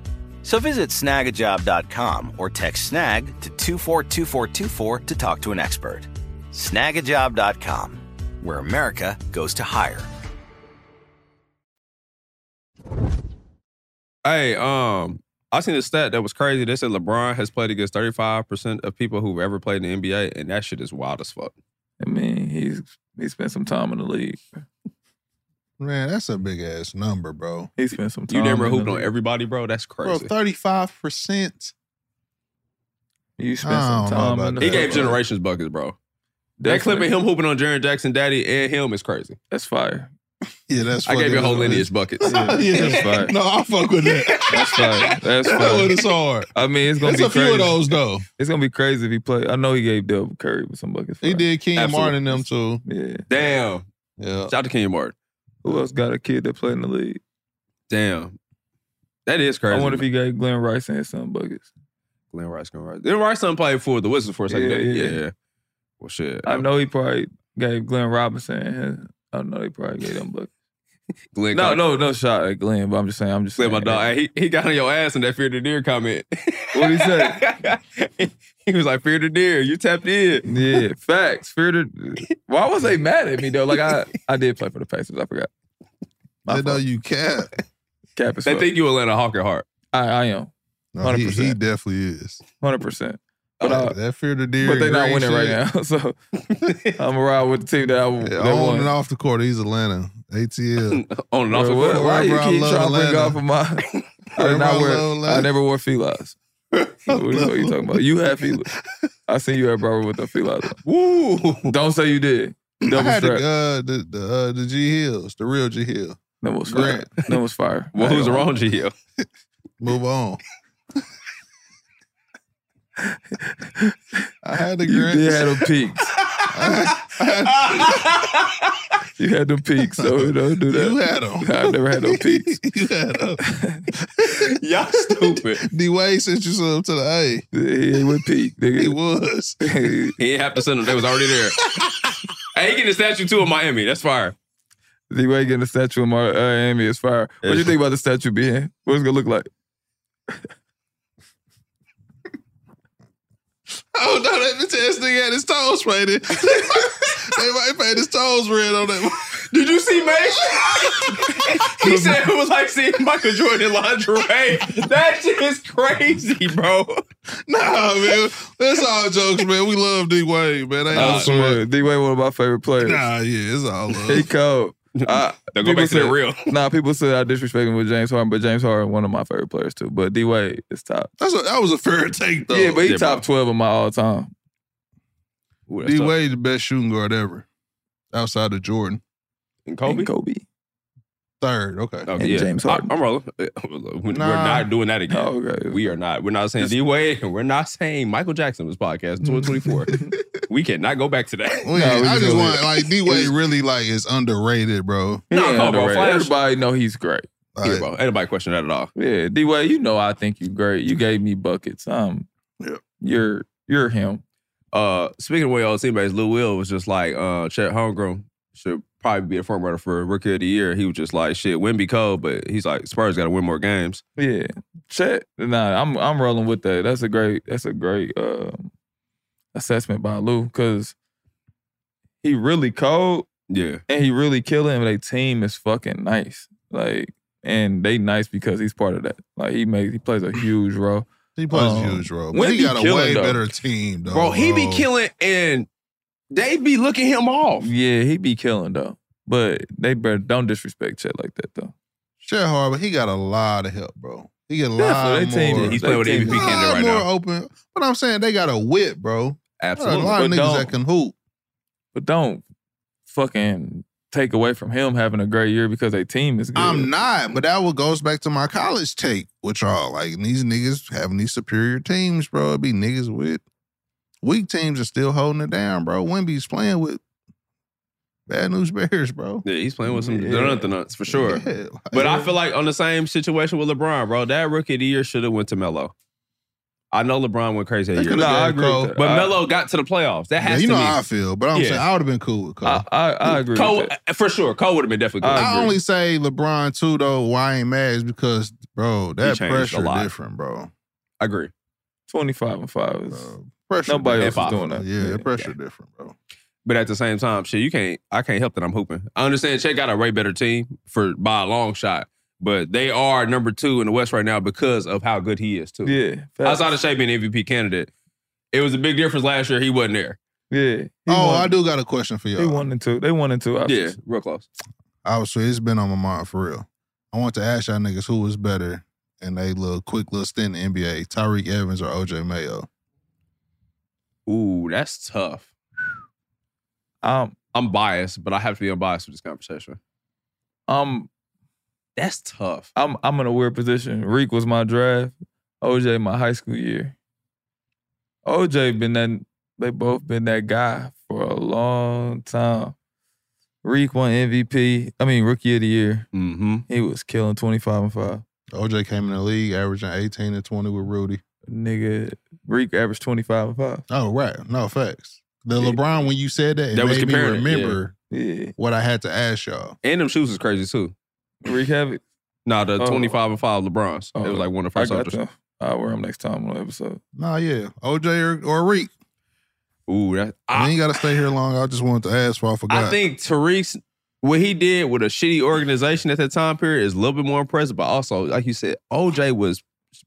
So visit snagajob.com or text snag to 242424 to talk to an expert. Snagajob.com, where America goes to hire.
Hey, um, I seen a stat that was crazy. They said LeBron has played against 35% of people who've ever played in the NBA, and that shit is wild as fuck.
I mean, he's he spent some time in the league.
Man, that's a big ass number, bro.
He spent some time.
You never
in the
hooped on
league.
everybody, bro. That's
Bro,
crazy.
thirty five percent.
You spent
I
some
don't know
time
about
in the
he
that,
gave
bro.
generations buckets, bro. That clip of him hooping on Jaron Jackson, Daddy, and him is crazy.
That's fire.
Yeah, that's.
I gave
fucking
your whole
hilarious.
lineage buckets.
[LAUGHS]
yeah,
That's fire.
[LAUGHS] no, I fuck with that.
[LAUGHS] That's
[LAUGHS]
fire. That's
that one
fire.
is hard.
I mean, it's gonna
There's a
be
few
crazy.
of those though.
It's gonna be crazy if he play. I know he gave Del Curry with some buckets.
He
fire.
did King
Absolutely.
Martin and them too.
Yeah.
Damn.
Yeah,
Shout out to Kenyon Martin.
Who else got a kid that played in the league?
Damn. That is crazy.
I wonder if he gave Glenn Rice and some buckets.
Glenn Rice, Glenn Rice. Then Rice done played for the Wizards for a second.
Yeah,
Yeah,
yeah.
yeah. Well, shit.
I know he probably gave Glenn Robinson. And him. I know he probably gave them buckets.
Glenn
No,
Cox-
no, no shot at Glenn. But I'm just saying. I'm just
Glenn,
saying.
my dog. Hey, he, he got on your ass in that fear the deer comment.
What he say?
[LAUGHS] he, was like, fear the deer. You tapped in.
Yeah,
[LAUGHS]
facts. Fear the. Why was they mad at me though? Like I, I did play for the Pacers. I forgot. My
I know
fault.
you
[LAUGHS]
cap.
Cap is
They
fuck.
think you Atlanta Hawk at heart.
I, I am
No, he,
100%.
he definitely is.
hundred percent. But
That-
uh,
that fear the deer.
but they not
Green
winning right
shit.
now. [LAUGHS]
[LAUGHS]
So I'm gonna ride with the team that I
Yeah,
that
on and
won.
off the court, he's Atlanta.
[LAUGHS]
ATL.
On and off the
Bro,
court.
what, why you
Wherever I
keep
love
trying to bring
Atlanta.
off of my? I
[LAUGHS]
did
Wherever I
not
love
wear. I
Atlanta.
never wore felines. what the fuck you talking about? You
[LAUGHS]
had felines. I seen you at Barber with the felines. on.
Woo.
Don't say you did.
I
Double
had the,
strap.
uh, the the uh, the G Hills, the real G Hill.
That was fire. That was
[LAUGHS]
fire.
Well, who's wrong, Gio?
Move on. [LAUGHS] I had the
[LAUGHS] You
Grant.
did have them
[LAUGHS]
peaks. [LAUGHS] You had them peaks, so don't do that.
You had 'em.
I've never
[LAUGHS]
had no peaks.
you had them.
[LAUGHS] Y'all stupid.
D Wade sent you some to the
He ain't with peak,
A. He
[LAUGHS] nigga. [LAUGHS]
was.
He didn't have to send them. They was already [LAUGHS] there. hey, he getting a statue too in Miami. That's fire.
The way getting a statue in Miami is fire. What do you
It's-
think about the statue being? What it's gonna look like?
Oh no, that bitch ass nigga had his toes painted. [LAUGHS] they might paint his toes red on that.
Did you see Mace? [LAUGHS] he said it was like seeing Michael Jordan in [LAUGHS] lingerie. That shit is crazy, bro.
[LAUGHS] Nah, man, that's all jokes, man. We love D Wade, man. Ain't
I
no
swear,
sweat.
D Wade one of my favorite players.
Nah, yeah, it's all
He
love.
cold. I,
Now go
people
back to
said-
that real.
Nah, people said I disrespect him with James Harden, but James Harden one of my favorite players too. But D Wade is top.
That's a, that was a fair take though.
yeah, but he
yeah,
top twelve of my all time.
Ooh, that's
D
tough.
Wade the best shooting guard ever, outside of Jordan.
And Kobe.
And Kobe.
Third, okay.
Okay,
and
Oh, yeah.
James Harden.
I, am rolling. [LAUGHS] We're
Nah.
not doing that again.
Oh, okay.
We are not. We're not saying D Wade. [LAUGHS] We're not saying Michael Jackson. This
[LAUGHS]
podcast 2024. we cannot go back to [LAUGHS] that.
We-
we
I just
really-
want like D Wade really like is underrated, bro.
He
Nah,
ain't
come on, bro.
underrated.
Flash.
Everybody know he's great.
Like,
Yeah, bro. Ain't nobody question that at all.
Yeah, D Wade, you know I think you great. You gave me buckets. Um,
Yeah.
you're you're him.
Uh, speaking of way old teammates, Lou Will was just like, uh, Chet Holmgren should probably be a front runner for Rookie of the Year. He was just like, shit, win be cold, but he's like, Spurs got to win more games.
Yeah, Chet. Nah, I'm I'm rolling with that. That's a great that's a great um assessment by Lou because he really cold
Yeah,
and he really killing. But they team is fucking nice. Like, and they nice because he's part of that. Like he makes he plays a huge role.
He plays
Um,
a huge role. But
when
he
he
got a
killing,
way
though.
better team,
Oh,
though.
bro. he be killing, and they be looking him off.
Yeah, he be killing though. But they better don't disrespect Chet like that though.
Chet Harper, he got a lot of help, bro. He get a
Yeah,
lot
so they team-
more.
He's
they
playing with the
team-
MVP
a lot
candidate right
more
now.
open. But I'm saying they got a whip, bro. Got a
Absolutely.
lot of
But
niggas
don't-
that can hoop.
But don't fucking take away from him having a great year because their team is good.
I'm not, but that what goes back to my college take with y'all. Like these niggas having these superior teams, bro. It be niggas with weak teams are still holding it down, bro. Wimby's playing with bad news bears, bro.
Yeah, he's playing with some
Yeah.
yeah. nuts for sure.
Yeah, like-
But I feel like on the same situation with LeBron, bro. That rookie of the year should have went to Melo. I know LeBron went crazy that
They
year,
coulda
No, I
gave
agree
Cole-
with that.
but
I-
Melo got to the playoffs. That
Yeah,
has
you know
to
how I
be
feel, but I'm
Yeah.
saying I would have been cool with Cole.
I, I,
I,
I agree.
[LAUGHS] Cole
with that.
for sure. Cole would have been definitely good.
I agree.
only say LeBron too though. Why I ain't mad is because bro, that
changed a
pressure
lot.
different, bro.
I agree.
Twenty five and five is
Bro, Uh, Pressure
nobody else
different.
is
F5.
doing that.
Yeah, that pressure different, bro.
But at the same time, shit, you can't. I can't help that I'm hooping. I understand Chet got a way better team for by a long shot, but they are number two in the West right now because of how good he is too.
Yeah, facts.
Outside of Shea being MVP candidate, it was a big difference last year. He wasn't there.
yeah. He
oh,
won-
I do got a question for
They
y'all.
won in two. They won in two
Yeah,
options.
real close.
I was sure it's been on my mind for real. I want to ask y'all niggas who was better in a little quick little stint in the NBA, Tyreek Evans or OJ Mayo.
Ooh, that's tough.
Um,
I'm biased, but I have to be unbiased with this conversation. Um,
I'm
That's tough.
I'm I'm in a weird position. Reek was my draft. OJ my high school year. OJ been that they both been that guy for a long time. Reek won MVP. I mean rookie of the year.
Mm-hmm.
He was killing 25 and 5.
OJ came in the league averaging 18 and 20 with Rudy.
Nigga, Reek averaged 25 and 5.
Oh, right. No, facts. The
Yeah.
LeBron, when you said that, it
That was
made me
comparing it,
remember
Yeah.
what I had to ask y'all.
And them shoes is crazy too.
Reek have it.
Nah, the
Oh.
25 and 5 LeBrons. it
Oh,
was like one of the
I
first
got
soldiers.
them. I'll wear them next time on the episode.
[LAUGHS]
Nah, yeah. OJ or, or Reek.
Ooh, that
I
I,
ain't got to stay here long. I just wanted to ask for I forgot.
I think Tariq's what he did with a shitty organization at that time period is a little bit more impressive. But also, like you said, OJ was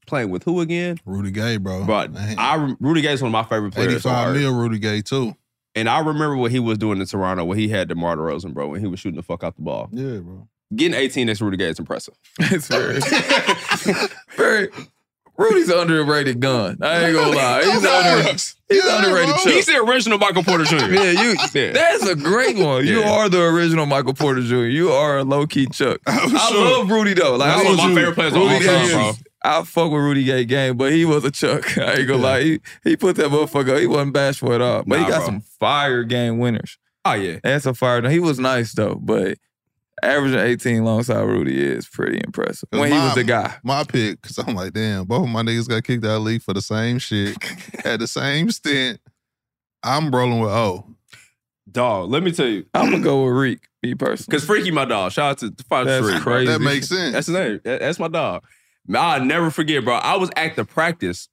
playing with who again?
Rudy Gay, bro.
But
Oh, Man.
I rem- Rudy Gay's one of my favorite players. on
85
earth.
mil Rudy Gay, too.
And I remember what he was doing in Toronto when he had DeMar DeRozan, bro, when he was shooting the fuck out the ball.
Yeah, bro.
Getting 18 next to Rudy Gay is impressive. [LAUGHS]
It's very, very. Rudy's an underrated gun. I ain't gonna lie. Uh, He's an underrated. He's
Yeah,
an underrated.
bro.
Chuck.
He's the original Michael Porter Jr.
Yeah, you.
Yeah.
That's a
[LAUGHS]
great one. You
Yeah.
are the original Michael Porter Jr. You are a low key Chuck. I love Rudy though. Like
Oh, That's
I
one
was
of my favorite players of all
Rudy
time,
Gay
bro.
is- I fuck with Rudy Gay game, but he was a Chuck. [LAUGHS] I ain't gonna lie. He, he put that motherfucker. He wasn't bashful at all, but he
Nah,
got
bro.
some fire game winners.
Oh, yeah.
That's a fire. He was nice though, but averaging 18 alongside Rudy is pretty impressive when he was the guy.
My pick, because I'm like, damn, both of my niggas got kicked out of the league for the same shit, had the same stint. I'm rolling with O.
Dog, let me tell you.
I'm gonna go with Reek, me personally.
Because Freaky, my dog. Shout out to Five
That's
Three.
crazy.
That makes sense.
That's his name. That- That's my dog. I'll never forget, bro. I was at the practice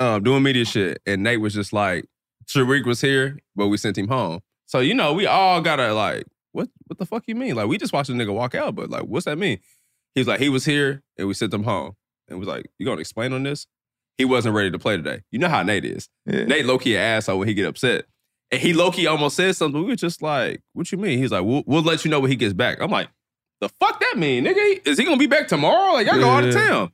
um, doing media shit, and Nate was just like, Tariq was here, but we sent him home. So, you know, we all gotta like, what what the fuck you mean? Like, we just watched a nigga walk out, but like, what's that mean? He was like, he was here, and we sent him home. And was like, you gonna explain on this? He wasn't ready to play today. You know how Nate is.
Yeah.
Nate Loki an asshole when he get upset. And he Loki almost said something. We were just like, what you mean? He's like, we'll, we'll let you know when he gets back. I'm like, the fuck that mean, nigga? Is he gonna be back tomorrow? Like, y'all go out of
Yeah.
town.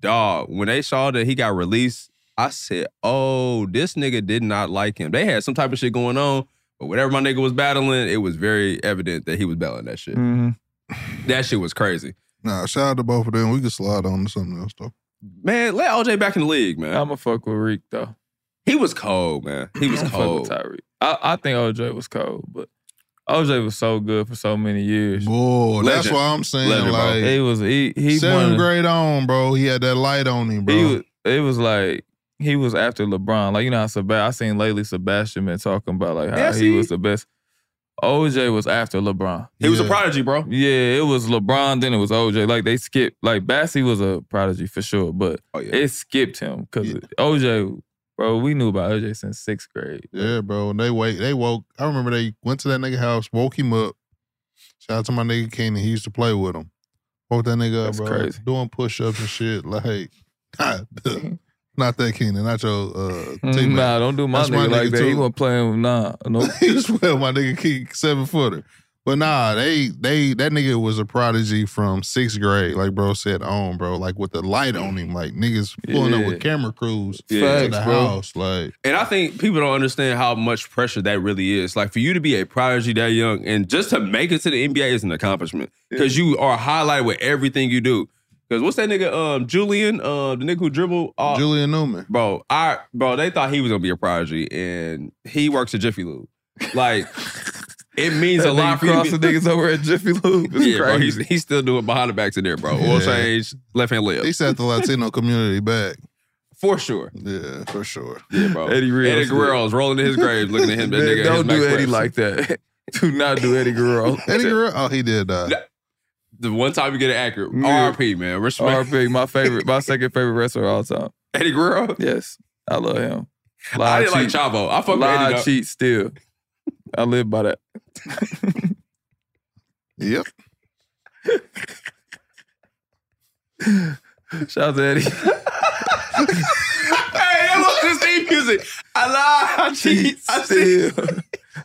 Dog, when they saw that he got released, I said, oh, this nigga did not like him. They had some type of shit going on, but whatever my nigga was battling, it was very evident that he was battling that shit.
Mhm.
That shit was crazy.
Nah, shout out to both of them. We can slide on to something else though.
Man, let OJ back in the league, man.
I'ma fuck with Reek though.
He was cold, man. He was
I'm Um, [LAUGHS] fuck with
cold.
Tyreek. I, I think OJ was cold, but OJ was so good for so many years.
Boy, that's
Legend.
what I'm saying.
Legend, bro.
like
He was he he
seventh
won-
grade on, bro. He had that light on him, bro.
He was, it was like he was after LeBron. Like you know, how Seb- I seen lately Sebastian been talking about like how
Yeah, I
he
see.
was the best. OJ was after LeBron.
He was a
Yeah.
prodigy, bro.
Yeah, it was LeBron. Then it was OJ. Like they skipped. Like Bassie was a prodigy for sure, but
Oh, yeah.
it skipped him because OJ, bro. We knew about OJ since sixth grade.
Yeah, bro. And they wake, they woke. I remember they went to that nigga house, woke him up. Shout out to my nigga Keenan. He used to play with him. Woke that nigga
That's
up, bro.
crazy.
Doing push ups and shit. Like, [LAUGHS]
[LAUGHS]
God, not that Keenan, not your uh,
Mm,
teammate.
Nah, don't do my
That's
nigga,
my
like
nigga,
that. He
too.
wasn't playing with nah. No.
[LAUGHS] he was playing my nigga Keenan, seven footer. But nah, they they that nigga was a prodigy from sixth grade, like bro said on, bro. Like with the light on him, like niggas pulling up
Yeah.
with camera crews
Yeah.
to the
Facts, bro.
house, like.
And I think people don't understand how much pressure that really is. Like for you to be a prodigy that young and just to make it to the NBA is an accomplishment because you are highlighted with everything you do. Because what's that nigga, um, Julian, uh, the nigga who dribbled,
Ah.
uh,
Julian Newman.
bro, I, bro, they thought he was gonna be a prodigy, and he works at Jiffy Lube.
[LAUGHS]
Like it means a
That
lot
nigga
for you.
crossing
To be,
niggas over at
[LAUGHS]
Jiffy Lube. It's
yeah, bro, he's,
crazy.
he's still doing behind the backs in there, bro. Oil
Yeah.
change, left hand
He
layup,
set
[LAUGHS]
the Latino community back.
for sure.
Yeah,
[LAUGHS]
for sure.
[LAUGHS] Yeah, bro.
Eddie Rios,
Eddie Guerrero's rolling in his grave, looking at him.
[LAUGHS]
That
Man,
nigga,
don't
his
do
Max
Eddie
Preps.
like that. [LAUGHS] do not do Eddie
[LAUGHS]
Guerrero.
Eddie Guerrero. Oh, he did die.
Yeah. the one time you get it accurate.
Yeah.
RP, man. Respect.
RP, my favorite,
[LAUGHS]
my second favorite wrestler of all time.
Eddie Guerrero.
Yes, I love him.
I
Lie,
didn't like
cheat,
Chavo. I fuck with
lie,
Eddie. though.
cheat, steal. I live by that.
Yep.
Shout out to Eddie.
hey, that was his theme music. I lie, I cheat, I steal.
steal.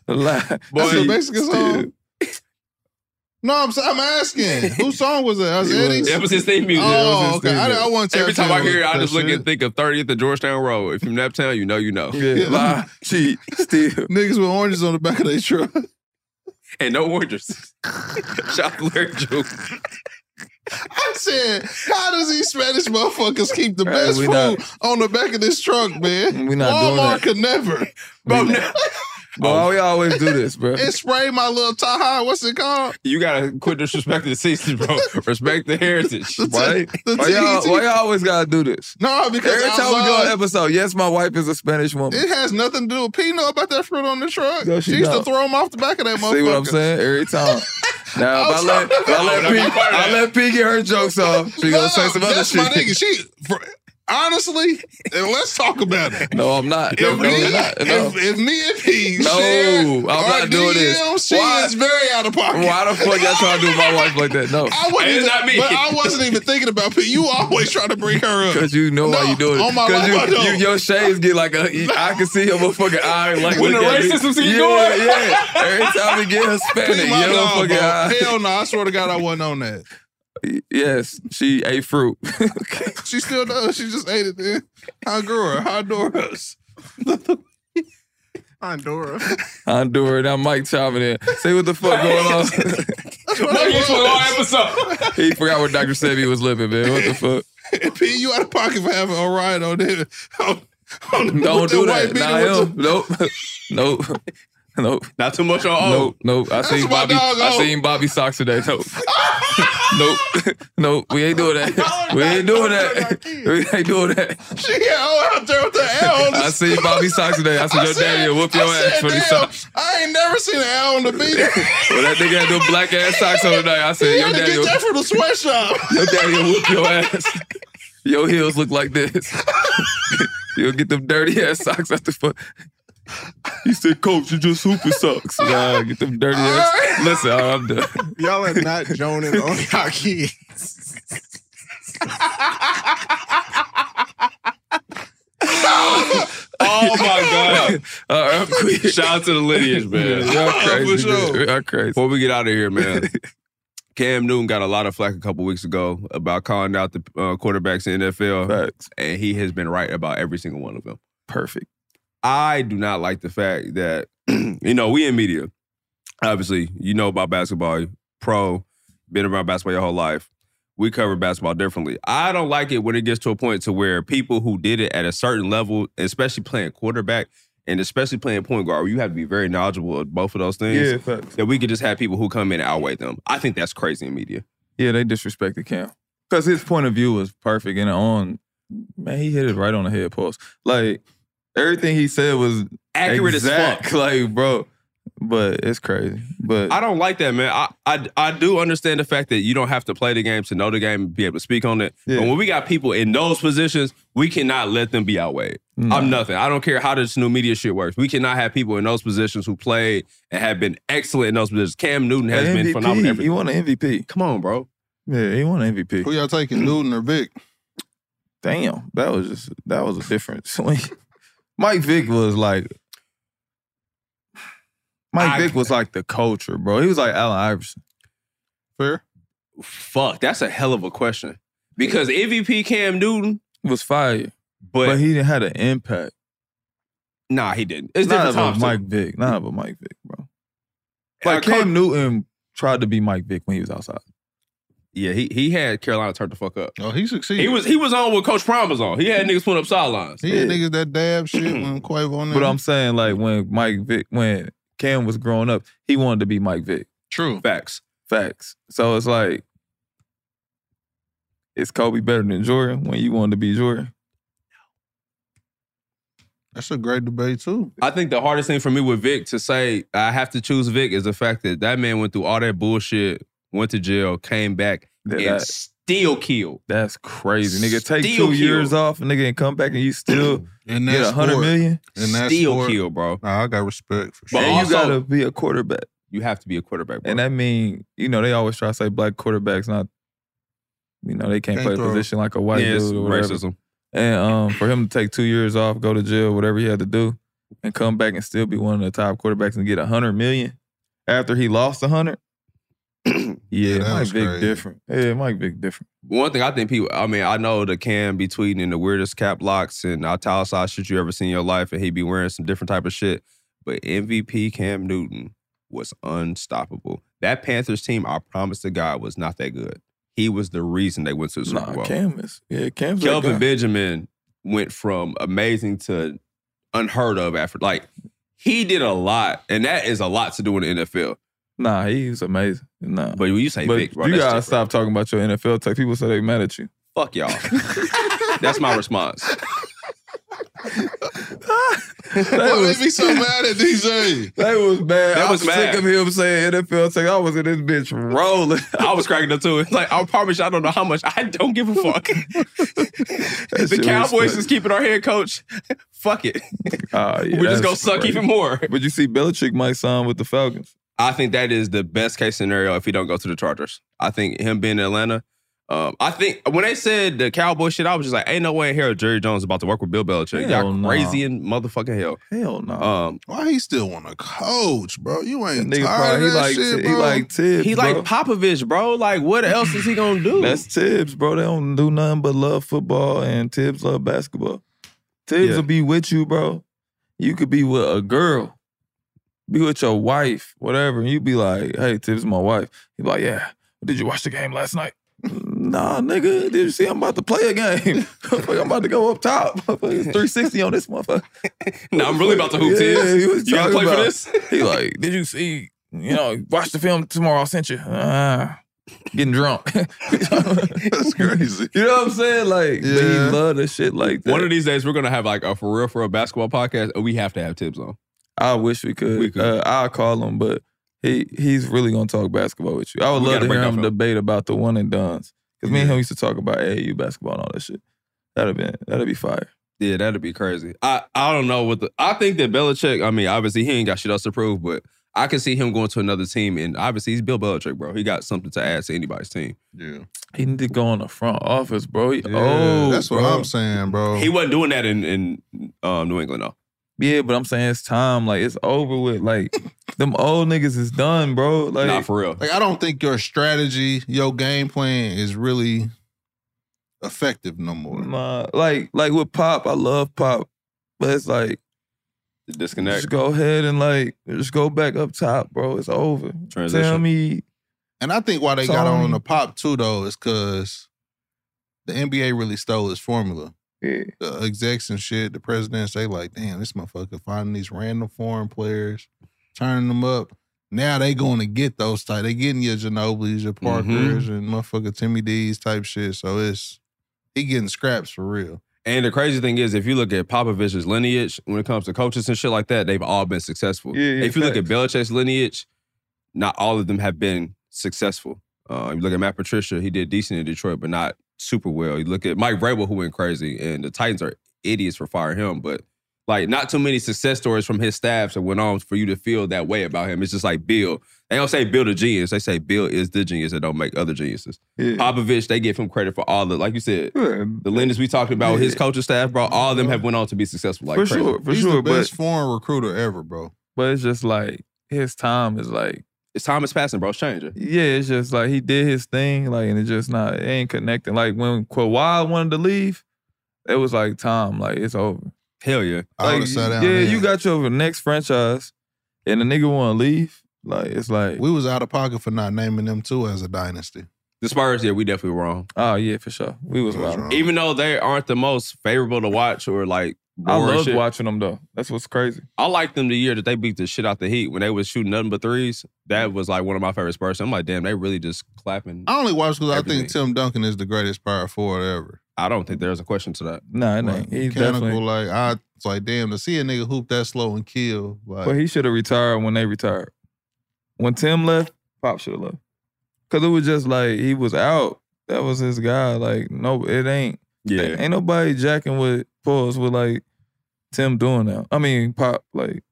Lie.
Boy,
That's a Mexican song. No, I'm,
[LAUGHS]
I'm asking. Whose song was it? I was
It was-
Eddie's.
That was his theme music.
oh,
his
okay.
theme
I,
music.
I want
[LAUGHS]
to.
Every time I hear it, I just look
shit.
and think of 30th and Georgetown Road. If you're Naptown, you know you know.
Yeah, lie, cheat, steal.
niggas with oranges on the back of their truck. [LAUGHS]
And
[LAUGHS]
no wonders. Shout out to Larry Jewel.
I said, how does these Spanish motherfuckers keep the
Right,
best
we
food
not-
on the back of this truck,
[LAUGHS]
man?
We not doing
Walmart
that.
could never.
[LAUGHS] Bro, now-
Bro, we always do this, bro.
[LAUGHS] It sprayed my little Taha. What's it called?
you gotta quit disrespecting the 60s, bro. Respect the
[LAUGHS]
heritage.
Why,
The
why y'all,
TET.
why y'all always gotta do this?
No, because
Every
I
time we
love-
do an episode, yes, my wife is a Spanish woman.
It has nothing to do with Pete know about that fruit on the truck.
No, she
she used
don't.
to throw him off the back of that motherfucker.
See what I'm saying? Every
[LAUGHS]
time. Now, if I
I'm
let,
trying
if I let,
I'm
P,
part of
I
that.
let P get her jokes off, she gonna say some other
that's my nigga.
shit.
She for, honestly, and let's talk about it.
No, I'm not. [LAUGHS] No,
If,
no,
me,
I'm not. No.
if, if me and P
No,
share
I'm
our
not doing this.
DMs, she
Why-
is very out of pocket.
Why the fuck y'all trying to do my wife like that? No.
[LAUGHS] I wouldn't
It's
even,
not me.
But I wasn't even thinking about P. You always try to bring her
[LAUGHS]
up.
Cause you know why
No,
you doing it.
on my
Cause
life, I
you,
don't.
you- your shades get like a. you- I can see your motherfucking eye like
When
look
the
at me.
racism keep
yeah,
going.
Yeah, Every time we get
P,
Hispanic,
my
your
dog,
motherfucking
bro. [LAUGHS]
eye.
Hell no, I swear to God, I wasn't on that.
Yes, she ate fruit. [LAUGHS]
She still does. She just ate it then. Honduras,
[LAUGHS]
Honduras. Honduras.
I'm doing it. I'm Mike chiming in. See what the
[LAUGHS]
fuck going on. [LAUGHS]
Welcome to a
Oh,
long [LAUGHS] episode.
he forgot what Dr. Sebi was living, man. What the fuck?
And P, you out of pocket for having a riot on there. On, on,
Don't
with the
do that.
white beater
Nah,
with
him. Nope. Nope. [LAUGHS] Nope.
Not too much on old.
Oh.
Nope. Nope. I seen
my
Bobby.
dog,
I
[LAUGHS]
oh.
seen Bobby socks today. Nope.
nope, [LAUGHS] nope, we ain't doing that. We ain't doing [LAUGHS] that. We ain't doing that.
She got all out there with the L. On the
I seen Bobby socks today. I said your daddy will whoop your
I
ass
said,
for these
"Damn,
socks.
I ain't never seen an L on the beat. You
Well, that nigga had them black [LAUGHS] ass socks on tonight. I said [LAUGHS] your
had to
daddy,
get
will,
that from
[LAUGHS]
the sweatshop.
your daddy will whoop your ass. [LAUGHS] Your heels look like
[LAUGHS]
this. You'll get them dirty ass socks out the fuck. He said, "Coach, you just hooping socks." Nah, get them dirty [LAUGHS] ass. Listen, all right, I'm done.
Y'all are not joning on y'all kids.
Oh my [LAUGHS] god! All right, Uh, I'm quitting.
Shout out to the lineage, man.
[LAUGHS] Y'all crazy.
sure.
man. Y'all crazy.
Before we get out of
[LAUGHS]
here, man, Cam Newton got a lot of flack a couple weeks ago about calling out the uh, quarterbacks in the NFL,
Facts.
and he has been right about every single one of them.
Perfect.
I do not like the fact that, [CLEARS THROAT] you know, we in media. Obviously, you know about basketball, pro, been around basketball your whole life. We cover basketball differently. I don't like it when it gets to a point to where people who did it at a certain level, especially playing quarterback and especially playing point guard, where you have to be very knowledgeable of both of those things.
Yeah, facts.
That we could just have people who come in and outweigh them. I think that's crazy in media.
Yeah, they disrespected Cam because his point of view was perfect and on. Man, he hit it right on the head post. Like everything he said was
Accurate
exact.
as fuck.
Like, bro, but it's crazy. But
I don't like that, man. I, I I do understand the fact that you don't have to play the game to know the game and be able to speak on it.
Yeah.
But when we got people in those positions, we cannot let them be outweighed.
Nah.
I'm nothing. I don't care how this new media shit works. We cannot have people in those positions who played and have been excellent in those positions. Cam Newton has
MVP,
been phenomenal.
He
Everything.
won an MVP.
Come on, bro.
Yeah, he won an MVP.
Who y'all taking, Newton or Vic?
Damn, that was just that was a different [LAUGHS] swing. Mike Vick was like Mike
I-
Vick was like the culture, bro. He was like Allen Iverson.
Fair.
Fuck, that's a hell of a question. Because MVP Cam Newton,
He was fire,
but,
but, he didn't had an impact.
nah, he didn't. It's
not
different times.
about
too.
Mike Vick. Not about Mike Vick, bro.
Our
Like
coach-
Cam Newton tried to be Mike Vick when he was outside.
yeah, he he had Carolina turn the fuck up.
Oh, he succeeded.
He was he was on what Coach Prime was on. He had niggas putting up sidelines.
He had niggas that dab shit when Quavo on there.
Mm.
Mm-hmm.
But I'm saying like when Mike Vick, when Cam was growing up, he wanted to be Mike Vick.
true.
Facts.
Facts. So it's like, is Kobe better than Jordan when you wanted to be Jordan?
That's a great debate too.
I think the hardest thing for me with Vic to say I have to choose Vic is the fact that that man went through all that bullshit, went to jail, came back,
That-
and
that-
still killed.
that's crazy. Nigga, take
Still
two years
killed.
off, nigga, and come back and you
[CLEARS THROAT]
still
And
get
that's
a hundred million.
And that's
still
sport.
killed, bro.
Nah, I got respect for sure.
But
and
also-
you gotta be a quarterback.
You have to be a quarterback, bro.
And that mean, you know, they always try to say black quarterbacks not, you know, they can't,
Can't
play
throw.
a position like a white
yeah, it's
dude or whatever.
racism.
And um, for him to take two years off, go to jail, whatever he had to do, and come back and still be one of the top quarterbacks and get a hundred million after he lost a hundred. yeah,
Yeah, that
Mike
was
Vick
crazy.
different. Yeah, Mike Vick different.
One thing I think people, I mean, I know the Cam be tweeting in the weirdest cap locks and italicized shit you ever seen in your life, and he be wearing some different type of shit. But MVP Cam Newton was unstoppable. That Panthers team, I promise to God, was not that good. He was the reason they went to the Super
Nah,
Bowl.
Cam is. Yeah, Cam's that
Kelvin
guy.
Benjamin went from amazing to unheard of after like he did a lot, and that is a lot to do in the NFL.
Nah, he was amazing. Nah,
But when you say
But
Vic, bro,
you
that's
gotta
different.
stop talking about your NFL tech. People say they mad at you. [LAUGHS]
Fuck y'all. that's my response.
That
Why
was-
they
[LAUGHS]
be so mad at DJ?
That was bad.
That
I
was
was
mad.
sick of him saying [LAUGHS] NFL tech. I was in this bitch rolling.
[LAUGHS] I was cracking up too. [LAUGHS] It's like I promise you, I don't know how much. I don't give a [LAUGHS] fuck. the
shit was
Cowboys
funny.
is keeping our head coach. [LAUGHS] fuck it.
Ah, yeah,
We're just
that's
gonna suck
crazy.
even more.
But you see, Belichick might sign with the Falcons.
I think that is the best case scenario if he don't go to the Chargers. I think him being in Atlanta. Um, I think when they said the Cowboy shit, I was just like, ain't no way in hell Jerry Jones is about to work with Bill Belichick.
Hell
Y'all
nah.
crazy in motherfucking hell.
Hell no.
Um,
Why he still want to coach, bro? You
That
ain't
nigga
tired
probably, he
of that
like
shit,
he
bro.
like Tibbs.
he like
bro.
Popovich, bro. Like, what else is he gonna do? [LAUGHS]
That's Tibbs, bro. They don't do nothing but love football and Tibbs love basketball. Tibbs
Yeah.
will be with you, bro. You could be with a girl, be with your wife, whatever, and you be like, "Hey, Tibbs, my wife." He be like, "Yeah, did you watch the game last night?" Nah, nigga. Did you see? I'm about to play a game. [LAUGHS] Fuck, I'm about to go up top. [LAUGHS] It's 360 on this motherfucker.
no, I'm really about to hoop
Yeah,
Tibbs.
he was
You
talking [LAUGHS]
gotta play for
about-
this?
He like, did you see? You know, watch the film tomorrow. I sent you. Ah, getting drunk. [LAUGHS]
[LAUGHS]
That's
crazy.
You know what I'm saying? Like, but
Yeah.
he love the shit like that.
One of these days, we're gonna have like a for real for a basketball podcast. and We have to have tips on.
I wish we could.
We could.
Uh, I'll call him, but he he's really gonna talk basketball with you. I would
We
love
gotta
to hear
break off
him
a-
debate about the one and duns. Cause me and him used to talk about AAU basketball and all that shit. That'd have been that'd be fire.
Yeah, that'd be crazy. I I don't know what the. I think that Belichick. I mean, obviously he ain't got shit else to prove, but I can see him going to another team, and obviously he's Bill Belichick, bro. He got something to add to anybody's team.
Yeah.
He need to go in the front office, bro. He,
Yeah,
Oh,
that's what
bro.
I'm saying, bro.
He wasn't doing that in in um, New England though.
Yeah, but I'm saying it's time. Like it's over with. Like them old niggas is done, bro. Like
Not for real.
like I don't think your strategy, your game plan is really effective no more.
Nah, like like with pop, I love pop, but it's like
The disconnect.
just go ahead and like just go back up top, bro. It's over. Tell
Transition.
me,
And I think why they got
Sorry.
on the pop too though is because the NBA really stole his formula.
yeah,
The execs and shit, the presidents, they like, damn, this motherfucker finding these random foreign players, turning them up. Now they going to get those type. They getting your
Mm-hmm.
Ginobili's, your Parkers, and motherfucker Timmy D's type shit. So it's he getting scraps for real.
And the crazy thing is, if you look at Popovich's lineage, when it comes to coaches and shit like that, they've all been successful.
Yeah, yeah,
if you look at Belichick's lineage, not all of them have been successful. Uh, you look at Matt Patricia, he did decent in Detroit, but not super well. You look at Mike Vrabel, who went crazy, and the Titans are idiots for firing him. But like, not too many success stories from his staffs that went on for you to feel that way about him. It's just like Bill. They don't say Bill the genius; they say Bill is the genius that don't make other geniuses.
yeah.
Popovich, they give him credit for all the, like you said, the lenders we talked about, his
Yeah.
coaching staff, bro, all of them have went on to be successful. Like
for
crazy.
sure, for
He's
sure.
the
But
best foreign recruiter ever, bro.
but it's just like his time is like
It's time is passing, bro. It's changing.
yeah, it's just like he did his thing, like and it's just not it ain't connecting. Like when Kawhi wanted to leave, it was like time, like it's over.
Hell yeah.
I would
Like,
have sat down.
yeah,
then.
you got your next franchise, and the nigga want to leave. Like it's like,
We was out of pocket for not naming them too as a dynasty.
The Spurs, yeah, we definitely wrong.
oh yeah, for sure, we was wild.
Even though they aren't the most favorable to watch or like
I
boring
love
shit.
watching them though. That's what's crazy.
I liked them the year that they beat the shit out the Heat when they was shooting nothing but threes. That was like one of my favorite Spurs. I'm like, damn, they really just clapping.
Uh-huh.
I only watch because I think
Everything.
Tim Duncan is the greatest power forward ever.
I don't think there's a question to that.
Nah, it
Like,
ain't. He
mechanical,
definitely.
like I it's like damn to see a nigga hoop that slow and kill. Like
But he should have retired when they retired. When Tim left, Pop should have left. Cause it was just like he was out. That was his guy. Like no, it ain't.
Yeah.
Ain't nobody jacking with pause with like Tim doing now. I mean, Pop, like,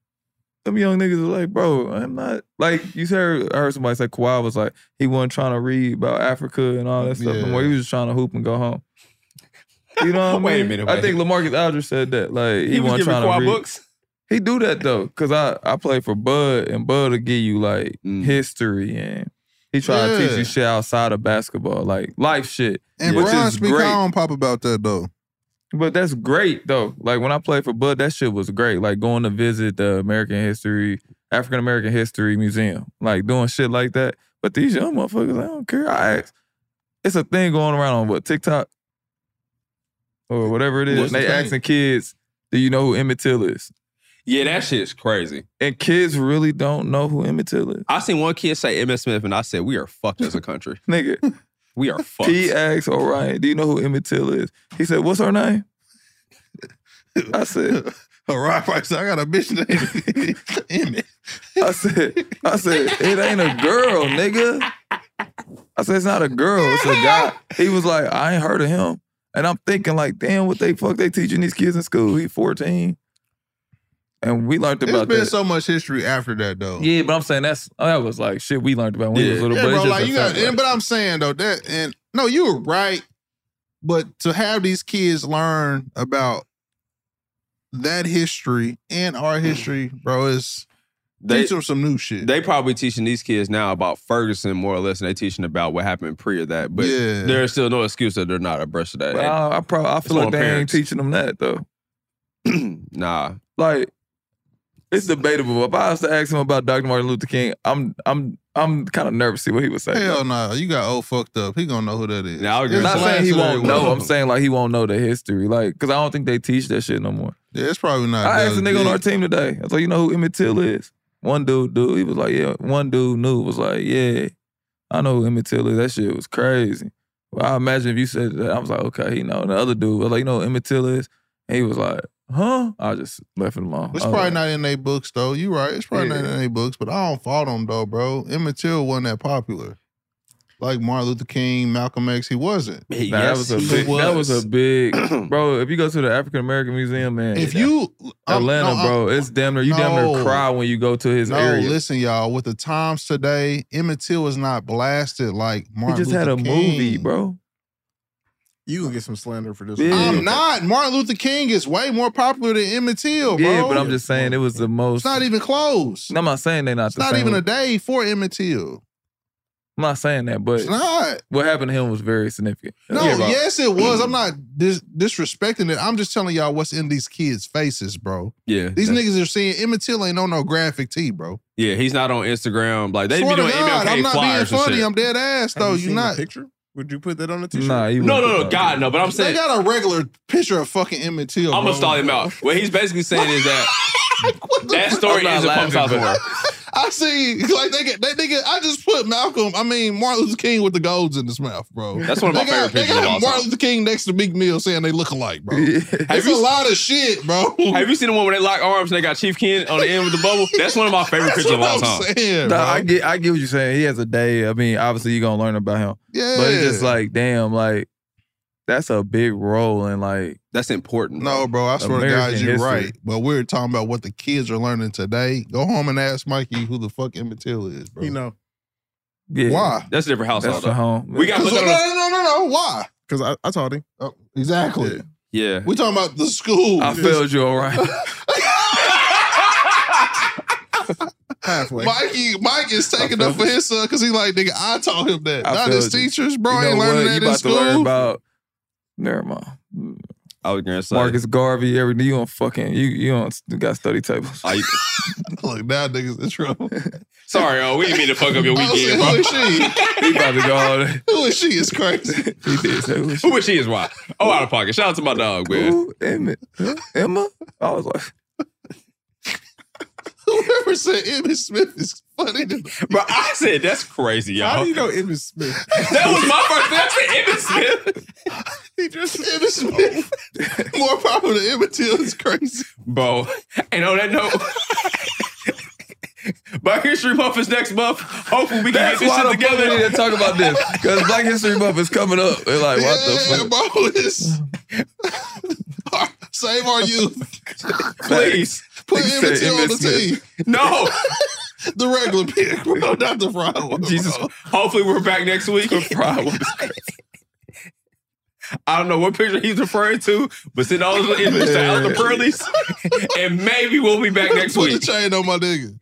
them young niggas are like, bro, I'm not like you heard I heard somebody say Kawhi was like, he wasn't trying to read about Africa and all that stuff no
Yeah.
more. He was just trying to hoop and go home. You know what I
[LAUGHS]
mean?
Wait a minute,
I
wait.
think Lamarcus Aldridge said that. Like he, wasn't trying to read.
books.
He do that though, cause I I play for Bud and Bud will give you like
Mm.
history and he try to teach
Yeah.
you shit outside of basketball, like life shit.
and
which
Bron
is
speak
great.
I don't pop about that [LAUGHS] though.
But that's great though. Like when I played for Bud, that shit was great. Like going to visit the American History, African American History Museum, like doing shit like that. But these young motherfuckers, I don't care. I ask. It's a thing going around on what TikTok or whatever it is.
What's
and
the
they
thing?
asking kids, "Do you know who Emmett Till is?"
Yeah, that shit's crazy.
And kids really don't know who Emmett Till is,
I seen one kid say MS Smith, and I said, we are fucked as a country.
[LAUGHS]
nigga. [LAUGHS]
We are fucked.
He asked Orion, "Do you know who Emmett Till is?" He said, "What's her name?" I said,
All right, right, so Oh, I got a bitch [LAUGHS] named Emmett.
I said, I said, it ain't a girl, nigga. I said, it's not a girl, it's a guy. He was like, I ain't heard of him. And I'm thinking, like, damn, what they fuck they teaching these kids in school? He 14. And we learned
There's
about
been
that.
so much history after that though.
yeah, but I'm saying that's that was like shit we learned about when we was
Yeah.
little.
Yeah,
but it's
bro.
just
Like
a
you got,
fact,
and, but I'm saying though that, and no, you were right. But to have these kids learn about that history and our
Mm.
history, bro, is
They-
teach them some new shit.
They probably teaching these kids now about Ferguson more or less, and they teaching about what happened prior to that. But
Yeah.
there's still no excuse that they're not abreast of that.
but I, I probably I feel
on
like they
parents.
ain't teaching them that though.
[CLEARS THROAT] nah,
like it's debatable. If I was to ask him about Dr. Martin Luther King, I'm I'm I'm kind of nervous to see what he would say.
Hell no, you got old fucked up. He gonna know who that is.
Nah, I agree.
I'm
It's
not
That's
saying he
lancet
won't know.
everywhere.
I'm saying like he won't know the history, like because I don't think they teach that shit no more.
yeah, it's probably not.
I asked a
good.
nigga on our team today. I was like, you know who Emmett Till is? One dude, dude. He was like, yeah. One dude knew. Was like, yeah. I know who Emmett Till is. That shit was crazy. Well, I imagine if you said that, I was like, okay, you know. And the other dude was like, you know who Emmett Till is? And he was like, huh? I just left it alone.
It's
I was
probably
like,
not in their books though. You right. It's probably not
Oh, Yeah.
in their books, but I don't follow them though, bro. Emmett Till wasn't that popular. Like Martin Luther King, Malcolm X, he wasn't.
Nah, that was a big. That was a
[CLEARS THROAT]
big, bro. If you go to the African American Museum, man,
If you I'm-
Atlanta,
no, I'm-
bro, it's damn near you damn
No.
near cry when you go to his
No,
area.
listen, y'all. With the times today, Emmett Till is not blasted like
he
Martin.
just had
Luther
a
King.
movie, bro.
You can get some slander for this.
Yeah.
one.
I'm not. Martin Luther King is way more popular than Emmett Till, bro.
Yeah, but I'm just saying it was the most.
It's not even close.
No, I'm not saying they're not
it's
the
not
same.
even a
I'm
day for Emmett Till.
not saying that, but
It's not.
what happened to him was very significant.
No,
Yeah, bro.
yes, it was.
[CLEARS THROAT]
I'm not dis- disrespecting it. I'm just telling y'all what's in these kids' faces, bro.
Yeah.
These niggas are seeing Emmett Till ain't on no graphic tee, bro.
Yeah, he's not on Instagram. Like they
Swear
be
to
doing
God,
MLK
I'm not being
flyers and
funny.
shit.
I'm dead ass
Have
though.
you
You
seen the
not.
picture? Would you put that on the t-shirt?
Nah, he
no,
wasn't
no, no,
about
God,
that.
no. But I'm
They
saying
got a regular picture of fucking Emmett Till.
I'm
bro.
gonna stall him out. What he's basically saying is that
[LAUGHS] What the
that
fuck?
story
I'm not
is a pump
laughing,
house
but-
war.
I see, like they get that nigga. I just put Malcolm. I mean Martin Luther King with the golds in his mouth, bro.
That's one of my
they got,
favorite
they
pictures of all
got Martin
time.
Luther King next to Big Mill saying they look
[LAUGHS]
alike, bro.
[LAUGHS] Have
It's
you
a lot of shit, bro.
[LAUGHS] Have you seen the one where they lock arms and they got Chief Ken on the end with the
[LAUGHS]
bubble? That's one of my favorite
That's
pictures of
what
all
I'm
time.
saying,
Nah,
bro.
I get, I get what you're saying. He has a day. I mean, obviously you're gonna learn about him,
yeah,
but it's just like, damn, like that's a big role and like
That's important.
No, bro, I swear
American
to God, you're
history.
right. But we're talking about what the kids are learning today. Go home and ask Mikey who the fuck Emmett Till is, bro.
You know,
yeah,
Why?
That's a different
That's
household.
the
though.
home.
We got
'Cause-
put
No,
that
no,
on.
no, no, no. Why?
because I, I taught him.
Oh, exactly.
Yeah.
We're talking about the
[LAUGHS]
school.
I
[LAUGHS]
failed you, all right.
Halfway.
Mikey, Mike is taking up for his son because he like, nigga, I taught him that.
I
Not
feel
his
you.
teachers, bro.
you
ain't
know
learning
what? You
that in
about to learn
school.
about. Never mind.
I was gonna say.
Marcus Garvey, every you on fucking you you on you got study
[LAUGHS]
tables.
I-
[LAUGHS] Look, now niggas in trouble.
sorry, oh, [LAUGHS] we didn't mean to fuck
[LAUGHS]
up your
I was
weekend,
saying,
bro.
who is she?
he about to go all
[LAUGHS]
that.
Who is she?
[LAUGHS]
It's crazy.
He did say who
Who is she is why? Oh, out of pocket. Shout out to my dog, man.
Who? Emma. Emma? I was like,
Whoever said Emmett Smith is funny. to me.
Bro, I said that's crazy, y'all.
How do you know Emmett Smith?
[LAUGHS] That was my first thing. I said Emmett Smith.
He just Emmett Smith. [LAUGHS] More popular than Emmett Till is crazy.
Bro, and on that note, [LAUGHS] Black History Month is next month. Hopefully we can
that's
get this
why
shit
the fuck
together.
we need to talk about this. Because Black History Month is coming up. They're like, what
yeah,
the fuck?
bro. It's, [LAUGHS] save our youth.
Please.
Put
He said
Emmett Till on
Emmett
the
Smith.
team.
No. [LAUGHS]
The regular pick, [LAUGHS] bro, not the fried one. [LAUGHS]
Jesus. Hopefully we're back next week. [LAUGHS] I don't know what picture he's referring to, but send all those images to Alton Pearlie's, and maybe we'll be
[LAUGHS]
back next
Put the
week.
chain on my nigga.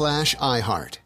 iHeart.